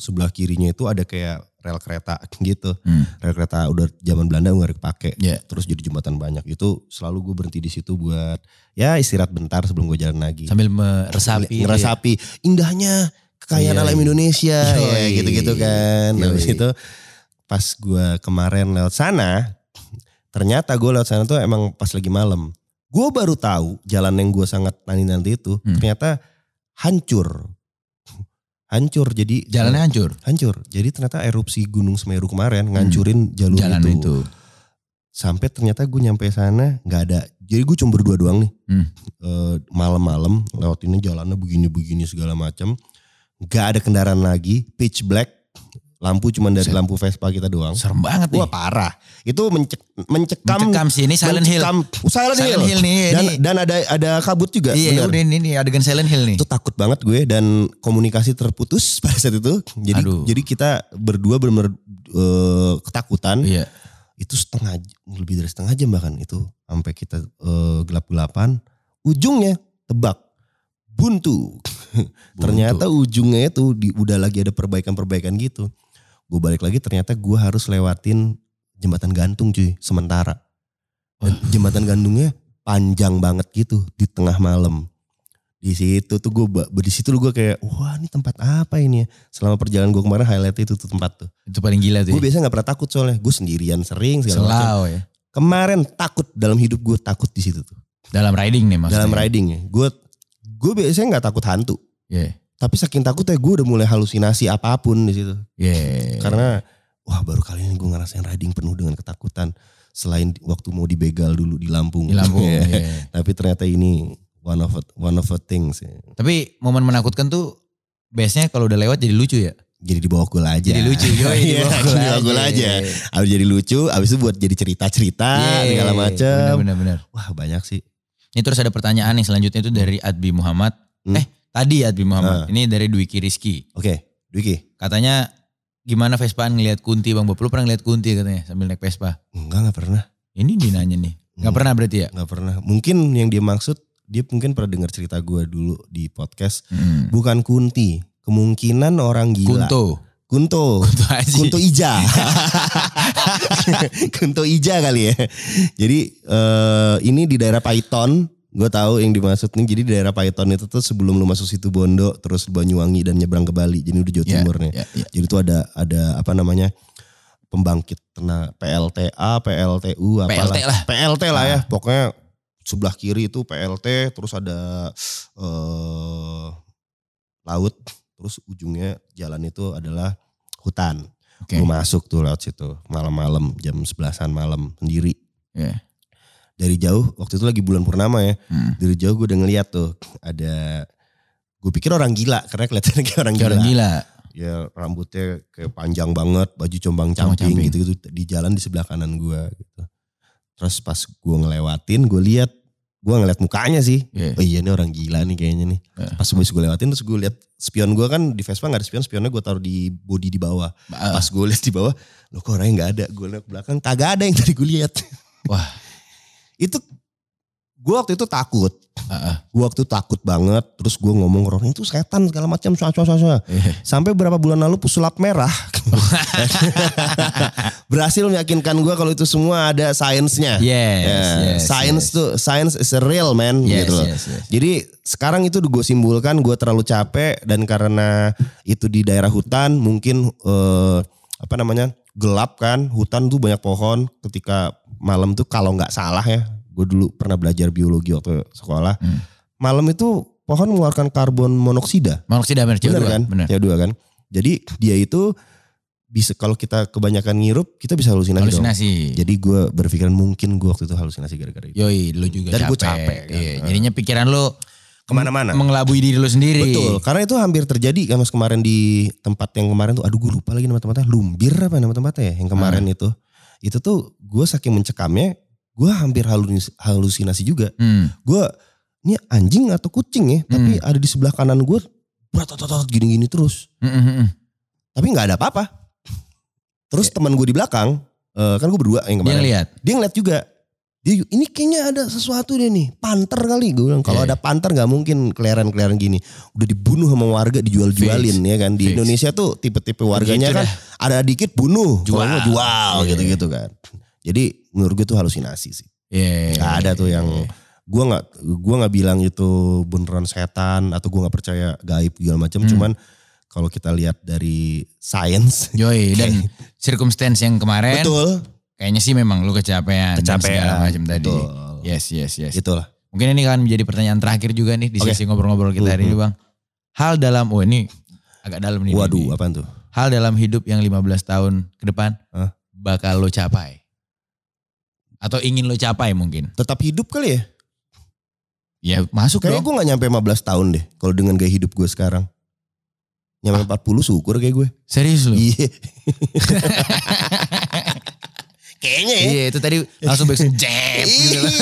S2: sebelah kirinya itu ada kayak rel kereta gitu
S1: Hmm.
S2: rel kereta udah zaman Belanda nggak dipakai
S1: Iya.
S2: terus jadi jembatan banyak itu selalu gue berhenti di situ buat ya istirahat bentar sebelum gue jalan lagi
S1: Sambil meresapi.
S2: ngerasapi indahnya kekayaan
S1: Yoi.
S2: alam Indonesia ya
S1: Iya, Yoi.
S2: gitu-gitu kan
S1: Yoi.
S2: habis itu pas gua kemarin lewat sana ternyata gua lewat sana tuh emang pas lagi malam gua baru tahu jalan yang gua sangat nanti nanti itu
S1: Hmm.
S2: ternyata hancur hancur jadi
S1: dia. Jalannya hancur.
S2: hancur jadi ternyata erupsi gunung Semeru kemarin ngancurin jalur
S1: Jalan
S2: itu.
S1: itu.
S2: sampai ternyata gue nyampe sana nggak ada jadi gue cuma berdua doang nih
S1: Hmm.
S2: Eh, malam-malam lewat ini jalannya begini-begini segala macam nggak ada kendaraan lagi pitch black lampu cuma
S1: Set.
S2: dari lampu Vespa kita doang
S1: Serem banget nih.
S2: wah parah itu mencek, mencekam
S1: Mencekam sih ini Silent Hill.
S2: mencekam- Silent,
S1: Silent Hill
S2: Hill,
S1: nih,
S2: dan,
S1: ini.
S2: dan ada ada kabut juga
S1: Iya,
S2: bener.
S1: udah ini, ini adegan Silent Hill nih.
S2: itu takut banget gue dan komunikasi terputus pada saat itu jadi
S1: Aduh.
S2: jadi kita berdua benar-benar eh, ketakutan
S1: Iya.
S2: itu setengah j- lebih dari setengah jam bahkan itu sampai kita eh, gelap-gelapan ujungnya tebak buntu. ternyata ujungnya itu di, udah lagi ada perbaikan-perbaikan gitu gue balik lagi ternyata gue harus lewatin jembatan gantung cuy sementara Dan jembatan gantungnya panjang banget gitu di tengah malam di situ tuh gue di situ gue kayak wah ini tempat apa ini ya selama perjalanan gue kemarin highlight itu tuh tempat tuh
S1: itu paling gila tuh.
S2: gue
S1: Ya.
S2: biasa nggak pernah takut soalnya gue sendirian sering segala macam.
S1: Selau ya.
S2: kemarin takut dalam hidup gue takut di situ tuh
S1: Dalam riding nih maksudnya.
S2: dalam riding ya gue gue biasanya nggak takut hantu
S1: Iya.
S2: tapi saking takutnya gue udah mulai halusinasi apapun di situ
S1: Iya.
S2: karena wah baru kali ini gue ngerasain riding penuh dengan ketakutan selain di- waktu mau dibegal dulu di Lampung,
S1: di Lampung.
S2: Iya.
S1: iya.
S2: tapi ternyata ini one of a, one of a things ya.
S1: Tapi momen menakutkan tuh biasanya kalau udah lewat jadi lucu ya.
S2: jadi dibawa gue aja
S1: Jadi lucu. Yoi,
S2: Iya, dibawa gol aja abis jadi lucu abis itu buat jadi cerita cerita
S1: Yeay.
S2: segala macam
S1: Benar benar.
S2: wah banyak sih
S1: Iya, Ini terus ada pertanyaan nih selanjutnya itu dari Adbi Muhammad.
S2: Hmm.
S1: Eh tadi Adbi Muhammad. Ini dari Dwiki Rizky.
S2: oke Dwiki
S1: Katanya gimana Vespaan ngelihat Kunti Bang Bob? Lu pernah ngelihat Kunti katanya sambil naik Vespa?
S2: Enggak, enggak pernah.
S1: Ini dia nanya nih. Gak
S2: Hmm.
S1: pernah berarti ya?
S2: Enggak pernah. Mungkin yang dia maksud, dia mungkin pernah dengar cerita gue dulu di podcast.
S1: Hmm.
S2: Bukan Kunti. Kemungkinan orang gila.
S1: Kunto.
S2: Kunto.
S1: Kunto Aji.
S2: Kunto iya. Ija. Kunto Ija kali ya. Jadi eh, ini di daerah Python. Gue tahu yang dimaksud nih. Jadi di daerah Python itu tuh sebelum lu masuk situ Bondo. Terus Banyuwangi dan nyebrang ke Bali. Jadi udah Jawa
S1: Ya,
S2: Timur nih.
S1: ya, ya.
S2: Jadi itu ada ada apa namanya pembangkit tenaga PLTA, PLTU, apalah.
S1: PLT lah. Nah.
S2: PLT lah ya. Pokoknya sebelah kiri itu PLT, terus ada eh laut, terus ujungnya jalan itu adalah hutan.
S1: Oke.
S2: Gue masuk tuh lewat situ malam-malam jam 11-an malam sendiri.
S1: Iya.
S2: Dari jauh waktu itu lagi bulan purnama ya.
S1: Hmm.
S2: Dari jauh gue udah ngeliat tuh ada gue pikir orang gila karena kelihatannya kayak orang
S1: Kayak
S2: gila
S1: Orang gila.
S2: ya rambutnya kayak panjang banget, baju combang camping
S1: Combang-camping.
S2: gitu-gitu di jalan di sebelah kanan gua gitu. Terus pas gua ngelewatin, gue lihat gua ngeliat mukanya sih.
S1: Iya.
S2: Oh iya ini orang gila nih kayaknya nih.
S1: Heeh.
S2: Pas gue lewatin terus gue lihat spion gua kan di Vespa gak ada spion, spionnya gua taruh di body di bawah.
S1: Ba-
S2: Pas gue lihat di bawah, lo kok orangnya nggak ada. Gue lihat ke belakang, kagak ada yang tadi gue lihat.
S1: Wah.
S2: itu gue waktu itu takut.
S1: Heeh.
S2: Gue waktu itu takut banget. Terus gue ngomong ke orang itu setan segala macam, sua sua sua sua.
S1: Iya.
S2: Sampai berapa bulan lalu pesulap merah berhasil meyakinkan gue kalau itu semua ada sainsnya.
S1: Yes,
S2: Ya,
S1: yes,
S2: science
S1: yes.
S2: tuh science is a real man
S1: Yes,
S2: gitu loh.
S1: yes, yes.
S2: Jadi sekarang itu gue simpulkan gue terlalu capek dan karena itu di daerah hutan mungkin eh, apa namanya gelap kan hutan tuh banyak pohon ketika malam tuh kalau nggak salah ya gue dulu pernah belajar biologi waktu sekolah
S1: Hmm.
S2: malam itu pohon mengeluarkan karbon monoksida
S1: Monoksida benar CO2.
S2: benar kan
S1: Benar.
S2: CO2 kan jadi dia itu bisa kalau kita kebanyakan ngirup kita bisa halusinasi, dong.
S1: Halusinasi.
S2: jadi gue berpikiran mungkin gue waktu itu halusinasi gara-gara itu
S1: Yoi, lu juga
S2: Dan
S1: capek.
S2: gua capek, kan.
S1: Iya, jadinya pikiran lu
S2: Kemana-mana.
S1: Mengelabui diri lu sendiri.
S2: Betul, karena itu hampir terjadi kan mas
S1: Hmm.
S2: kemarin di tempat yang kemarin tuh, aduh gue lupa lagi nama tempatnya, Lumbir apa nama tempatnya ya, yang kemarin itu, itu tuh gue saking mencekamnya gue hampir halus- halusinasi juga
S1: Hmm.
S2: gue ini anjing atau kucing ya tapi
S1: Hmm.
S2: ada di sebelah kanan gue berat gini-gini terus
S1: Hmm, hmm, hmm.
S2: tapi nggak ada apa-apa terus
S1: Iya.
S2: teman gue di belakang eh, kan gue berdua yang
S1: Dia
S2: kemarin
S1: ngeliat.
S2: dia ngeliat juga dia ini kayaknya ada sesuatu deh nih panter kali gue bilang kalau
S1: Iya,
S2: ada panter nggak mungkin keliaran keliaran gini udah dibunuh sama warga dijual-jualin ya kan di
S1: Fix.
S2: Indonesia tuh tipe-tipe warganya
S1: Gitu
S2: kan
S1: dah.
S2: ada dikit bunuh
S1: Jual.
S2: kalau nggak jual
S1: Iya.
S2: gitu-gitu kan jadi menurut gue tuh halusinasi sih
S1: Iya.
S2: Nggak ada tuh yang- gue nggak gue nggak bilang itu beneran setan atau gue nggak percaya gaib segala macam
S1: Hmm.
S2: cuman kalau kita lihat dari sains
S1: Joy dan circumstance yang kemarin
S2: betul
S1: kayaknya sih memang lu kecapean. dan segala
S2: kecapean
S1: macam tadi.
S2: betul.
S1: Yes, yes, yes.
S2: itulah
S1: Mungkin ini kan menjadi pertanyaan terakhir juga nih di
S2: Oke. Mm-hmm.
S1: sesi ngobrol-ngobrol kita hari ini bang. Hal dalam, oh ini agak dalam nih. ini.
S2: waduh apaan tuh
S1: Hal dalam hidup yang 15 tahun ke depan
S2: Hah?
S1: bakal lo capai. Atau ingin lo capai mungkin.
S2: tetap hidup kali ya
S1: Ya masuk
S2: Kayaknya
S1: dong.
S2: gue gak nyampe 15 tahun deh kalau dengan gaya hidup gue sekarang.
S1: Ah.
S2: Nyampe 40 syukur kayak gue.
S1: Serius lo.
S2: Iya. Kayaknya ya.
S1: Iya itu tadi langsung backsound jab gitu lah.
S2: Iya.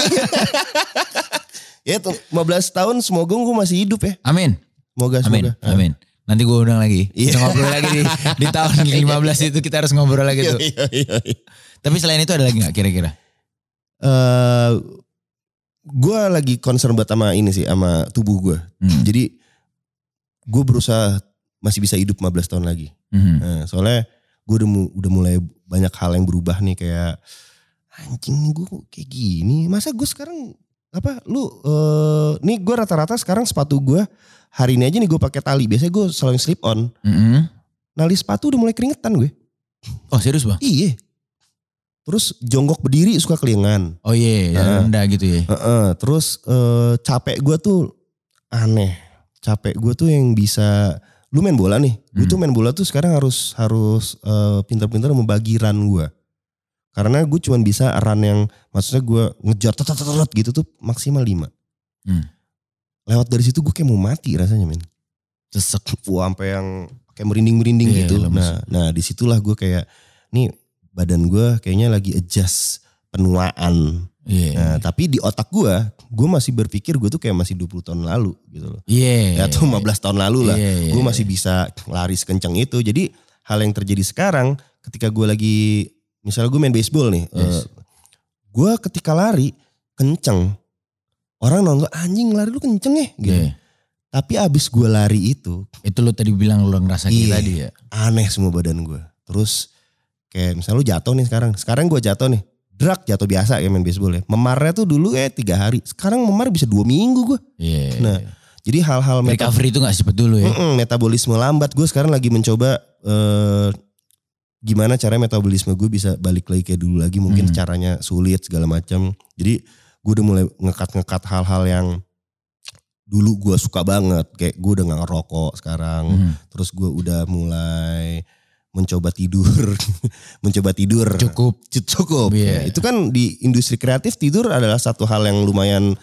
S2: ya tuh, 15 tahun semoga gue masih hidup ya.
S1: Amin.
S2: Semoga
S1: Amin.
S2: semoga. Ah.
S1: Amin. Nanti gue undang lagi. Kita
S2: Iya.
S1: ngobrol lagi di, di tahun 15 itu kita harus ngobrol lagi tuh.
S2: Iya, iya, iya.
S1: Tapi selain itu ada lagi nggak kira-kira?
S2: Eh, gue lagi concern buat sama ini sih sama tubuh gue.
S1: Hmm.
S2: Jadi gue berusaha masih bisa hidup 15 tahun lagi.
S1: Mhm.
S2: Nah, soalnya gue udah, mu- udah mulai banyak hal yang berubah nih kayak anjing gue kayak gini. Masa gue sekarang apa lu eh, nih gue rata-rata sekarang sepatu gue hari ini aja nih gue pakai tali. Biasanya gue selalu yang slip on.
S1: Mhm.
S2: Nali sepatu udah mulai keringetan gue.
S1: Oh serius bang?
S2: Iya. Terus jonggok berdiri suka kelingan.
S1: Oh iya,
S2: Heeh.
S1: yeah, rendah gitu ya.
S2: Heeh, terus eh, capek gue tuh aneh. Capek gue tuh yang bisa lu main bola nih. Gue
S1: Hmm.
S2: tuh main bola tuh sekarang harus harus eh, pintar-pintar membagi run gue. Karena gue cuman bisa run yang maksudnya gue ngejar tet, tet, tet, tet gitu tuh maksimal 5.
S1: Hmm.
S2: Lewat dari situ gue kayak mau mati rasanya men.
S1: Sesek.
S2: Wah, sampai yang kayak merinding-merinding
S1: Iya,
S2: gitu.
S1: lemes.
S2: Nah, nah disitulah gue kayak nih badan gue kayaknya lagi adjust penuaan. Nah,
S1: Iya.
S2: tapi di otak gua, gua masih berpikir gue tuh kayak masih 20 tahun lalu gitu loh.
S1: Iya.
S2: Atau 15 tahun lalu lah.
S1: Iya, iya.
S2: Gue masih bisa lari sekencang itu. Jadi hal yang terjadi sekarang ketika gua lagi misalnya gue main baseball nih.
S1: Yes.
S2: eh, gua ketika lari kenceng. Orang nonton anjing lari lu kenceng ya gitu.
S1: Iya.
S2: Tapi abis gua lari itu
S1: Itu lo tadi bilang lo ngerasa gitu
S2: Iya.
S1: tadi ya.
S2: aneh semua badan gua. Terus kayak misalnya lu jatuh nih sekarang. Sekarang gua jatuh nih. Drak jatuh biasa ya main baseball ya. Memarnya tuh dulu eh tiga hari. Sekarang memar bisa dua minggu gua.
S1: Iya.
S2: Nah, Jadi hal-hal meta-
S1: recovery itu nggak cepet dulu ya.
S2: Mm-mm, metabolisme lambat gue sekarang lagi mencoba eh, gimana caranya metabolisme gue bisa balik lagi kayak dulu lagi mungkin
S1: Hmm.
S2: caranya sulit segala macam. Jadi gue udah mulai ngekat-ngekat hal-hal yang dulu gue suka banget kayak gue udah nggak ngerokok sekarang
S1: Mhm.
S2: terus gue udah mulai mencoba tidur mencoba tidur
S1: Cukup.
S2: C- cukup
S1: Iya.
S2: itu kan di industri kreatif tidur adalah satu hal yang lumayan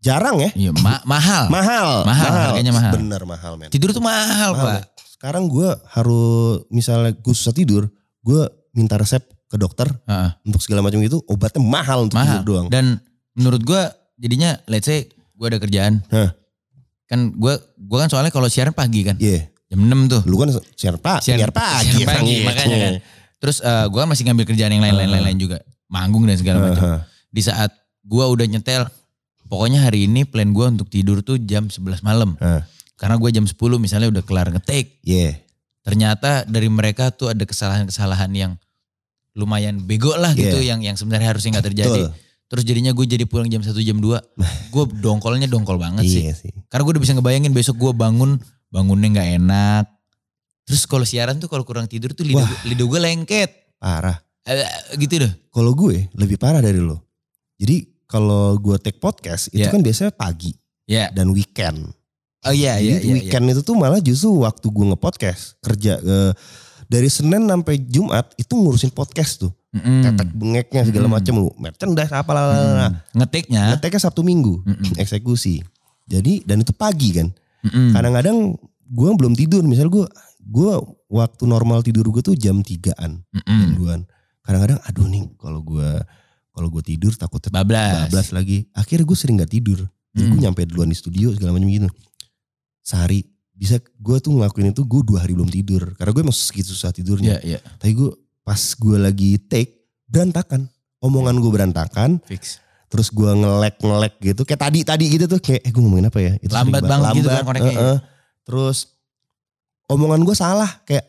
S2: jarang ya
S1: Iya. ma- mahal.
S2: mahal
S1: Mahal, harganya mahal.
S2: bener mahal men
S1: Tidur tuh mahal,
S2: Mahal,
S1: pak.
S2: Pak. Sekarang gue harus misalnya gue susah tidur, gue minta resep ke dokter
S1: Heeh.
S2: untuk segala macam itu obatnya mahal untuk
S1: Mahal.
S2: tidur doang.
S1: Dan menurut gue jadinya let's say gue ada kerjaan.
S2: Hah.
S1: Kan gue gue kan soalnya kalau siaran pagi kan
S2: Iya,
S1: jam 6 tuh.
S2: lu kan siar pak,
S1: Siar-
S2: siar, pagi,
S1: siar pagi, makanya kan. Terus eh gue masih ngambil kerjaan yang lain-lain lain juga. Manggung dan segala macam. Di saat gue udah nyetel. Pokoknya hari ini plan gue untuk tidur tuh jam 11 malam.
S2: Hah.
S1: Karena gue jam 10 misalnya udah kelar ngetik.
S2: Iya,
S1: ternyata dari mereka tuh ada kesalahan-kesalahan yang lumayan bego lah gitu yang yang sebenarnya harusnya nggak terjadi.
S2: betul.
S1: Terus jadinya gue jadi pulang jam 1 jam 2. gue dongkolnya dongkol banget sih.
S2: Iya sih.
S1: Karena gue udah bisa ngebayangin besok gue bangun bangunnya nggak enak. Terus kalau siaran tuh kalau kurang tidur tuh lidah, lidah gue lengket.
S2: Parah.
S1: Eh, gitu deh.
S2: Kalau gue lebih parah dari lo. Jadi kalau gue take podcast itu
S1: Iya.
S2: kan biasanya pagi
S1: Ya.
S2: dan weekend.
S1: Oh iya
S2: Jadi
S1: iya iya. iya.
S2: weekend itu tuh malah justru waktu gue ngepodcast kerja eh, dari Senin sampai Jumat itu ngurusin podcast tuh.
S1: Mm-mm.
S2: tetek bengeknya segala
S1: Hmm.
S2: macam lu merchandise apalah
S1: Mm. Ngetiknya.
S2: ngeteknya Sabtu Minggu
S1: Mm-mm.
S2: eksekusi jadi dan itu pagi kan
S1: Mm-mm.
S2: kadang-kadang gue belum tidur misal gue gue waktu normal tidur gue tuh jam 3an
S1: Mm-mm.
S2: jam 2an kadang-kadang aduh nih kalau gue kalau gue tidur takut tetap
S1: bablas. Mm. Iya,
S2: bablas lagi akhirnya gue sering nggak tidur Jadi
S1: Hmm.
S2: gue nyampe duluan di studio segala macam gitu sehari bisa gue tuh ngelakuin itu gue dua hari belum tidur karena gue emang segitu susah tidurnya
S1: Ya, ya,
S2: tapi gue pas gue lagi take berantakan omongan gue berantakan
S1: fix.
S2: terus gue ngelek ngelek gitu kayak tadi tadi gitu tuh kayak eh gue ngomongin apa ya itu
S1: Lambat
S2: sering
S1: banget gitu kan
S2: lambat,
S1: koneknya.
S2: eh, eh. terus omongan gue salah kayak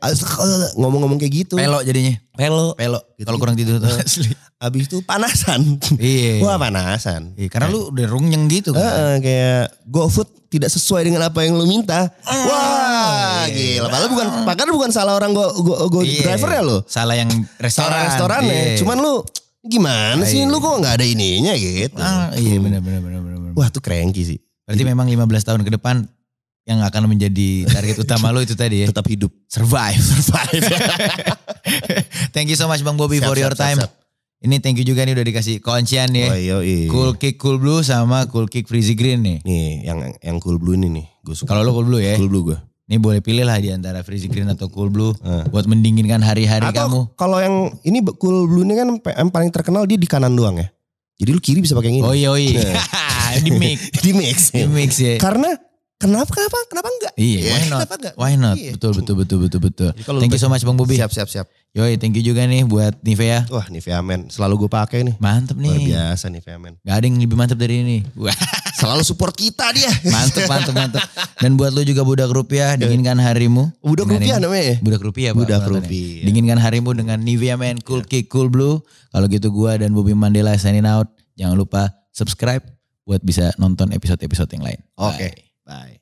S2: ngomong-ngomong kayak gitu
S1: Pelok jadinya.
S2: pelo
S1: Pelok.
S2: Gitu.
S1: Kalau kurang tidur tuh asli.
S2: abis itu panasan
S1: Iya.
S2: wah panasan
S1: Iya, karena lu udah rungyeng gitu
S2: Eh,
S1: kan.
S2: eh, kayak GoFood tidak sesuai dengan apa yang lu minta wah
S1: Ah, Iya.
S2: gila padahal bukan bahkan bukan salah orang go go, go
S1: Iya.
S2: driver ya lo
S1: Salah yang restoran.
S2: salah restoran
S1: Iya.
S2: ya cuman lu gimana sih
S1: Iya.
S2: lu kok nggak ada ininya gitu
S1: Ah, iya benar benar benar benar. benar.
S2: wah tuh cranky sih
S1: Berarti memang 15 tahun ke depan yang akan menjadi target utama lu itu tadi ya.
S2: tetap hidup
S1: Survive. thank you so much Bang Bobby
S2: Siap,
S1: for
S2: siap,
S1: your
S2: siap,
S1: time.
S2: siap.
S1: Ini thank you juga nih udah dikasih kuncian
S2: Oh,
S1: ya.
S2: iya, iya.
S1: Cool Kick Cool Blue sama Cool Kick Freezy Green nih.
S2: Nih, yang yang cool blue ini nih, gue suka.
S1: Kalau lu Cool Blue ya.
S2: cool blue gue.
S1: Ini boleh pilih lah di antara Freezy Green atau Cool Blue
S2: Eh.
S1: buat mendinginkan hari-hari kamu.
S2: Atau kalau yang ini be- cool blue ini kan pe- yang paling terkenal dia di kanan doang ya. Jadi lu kiri bisa pakai yang ini. Eh. Iya.
S1: Oi oi. di mix,
S2: Di mix.
S1: Oh, iya. di mix ya.
S2: Karena kenapa kenapa kenapa enggak?
S1: Iya, why not?
S2: kenapa enggak?
S1: Why not?
S2: Iya.
S1: Betul betul betul betul betul.
S2: Jadi kalau lu
S1: Thank you so much Bang Bobi.
S2: Siap siap siap.
S1: Yoi, thank you juga nih buat Nivea.
S2: Wah, Nivea Men selalu gue pakai nih.
S1: Mantep
S2: Luar
S1: nih.
S2: biasa Nivea Men.
S1: Gak ada yang lebih mantep dari ini. Wah,
S2: Selalu support kita dia.
S1: mantep mantep mantep. Dan buat lu juga budak rupiah, dinginkan harimu.
S2: Udah
S1: Dengan
S2: rupiah
S1: ini.
S2: namanya. ya?
S1: Iya. Budak rupiah Iya, Pak, Iya.
S2: Budak
S1: penontonnya.
S2: rupiah.
S1: Dinginkan harimu dengan Nivea Men Cool Kick Cool Blue. Kalau gitu gua dan Bobi Mandela signing out. Jangan lupa subscribe buat bisa nonton episode-episode yang lain.
S2: Oke.
S1: Bye.
S2: Bye.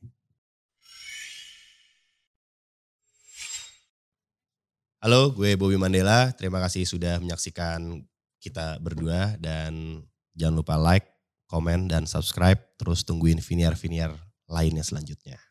S2: Halo, gue Bobby Mandela. Terima kasih sudah menyaksikan kita berdua dan jangan lupa like, komen, dan subscribe. Terus tungguin viniar-viniar lainnya selanjutnya.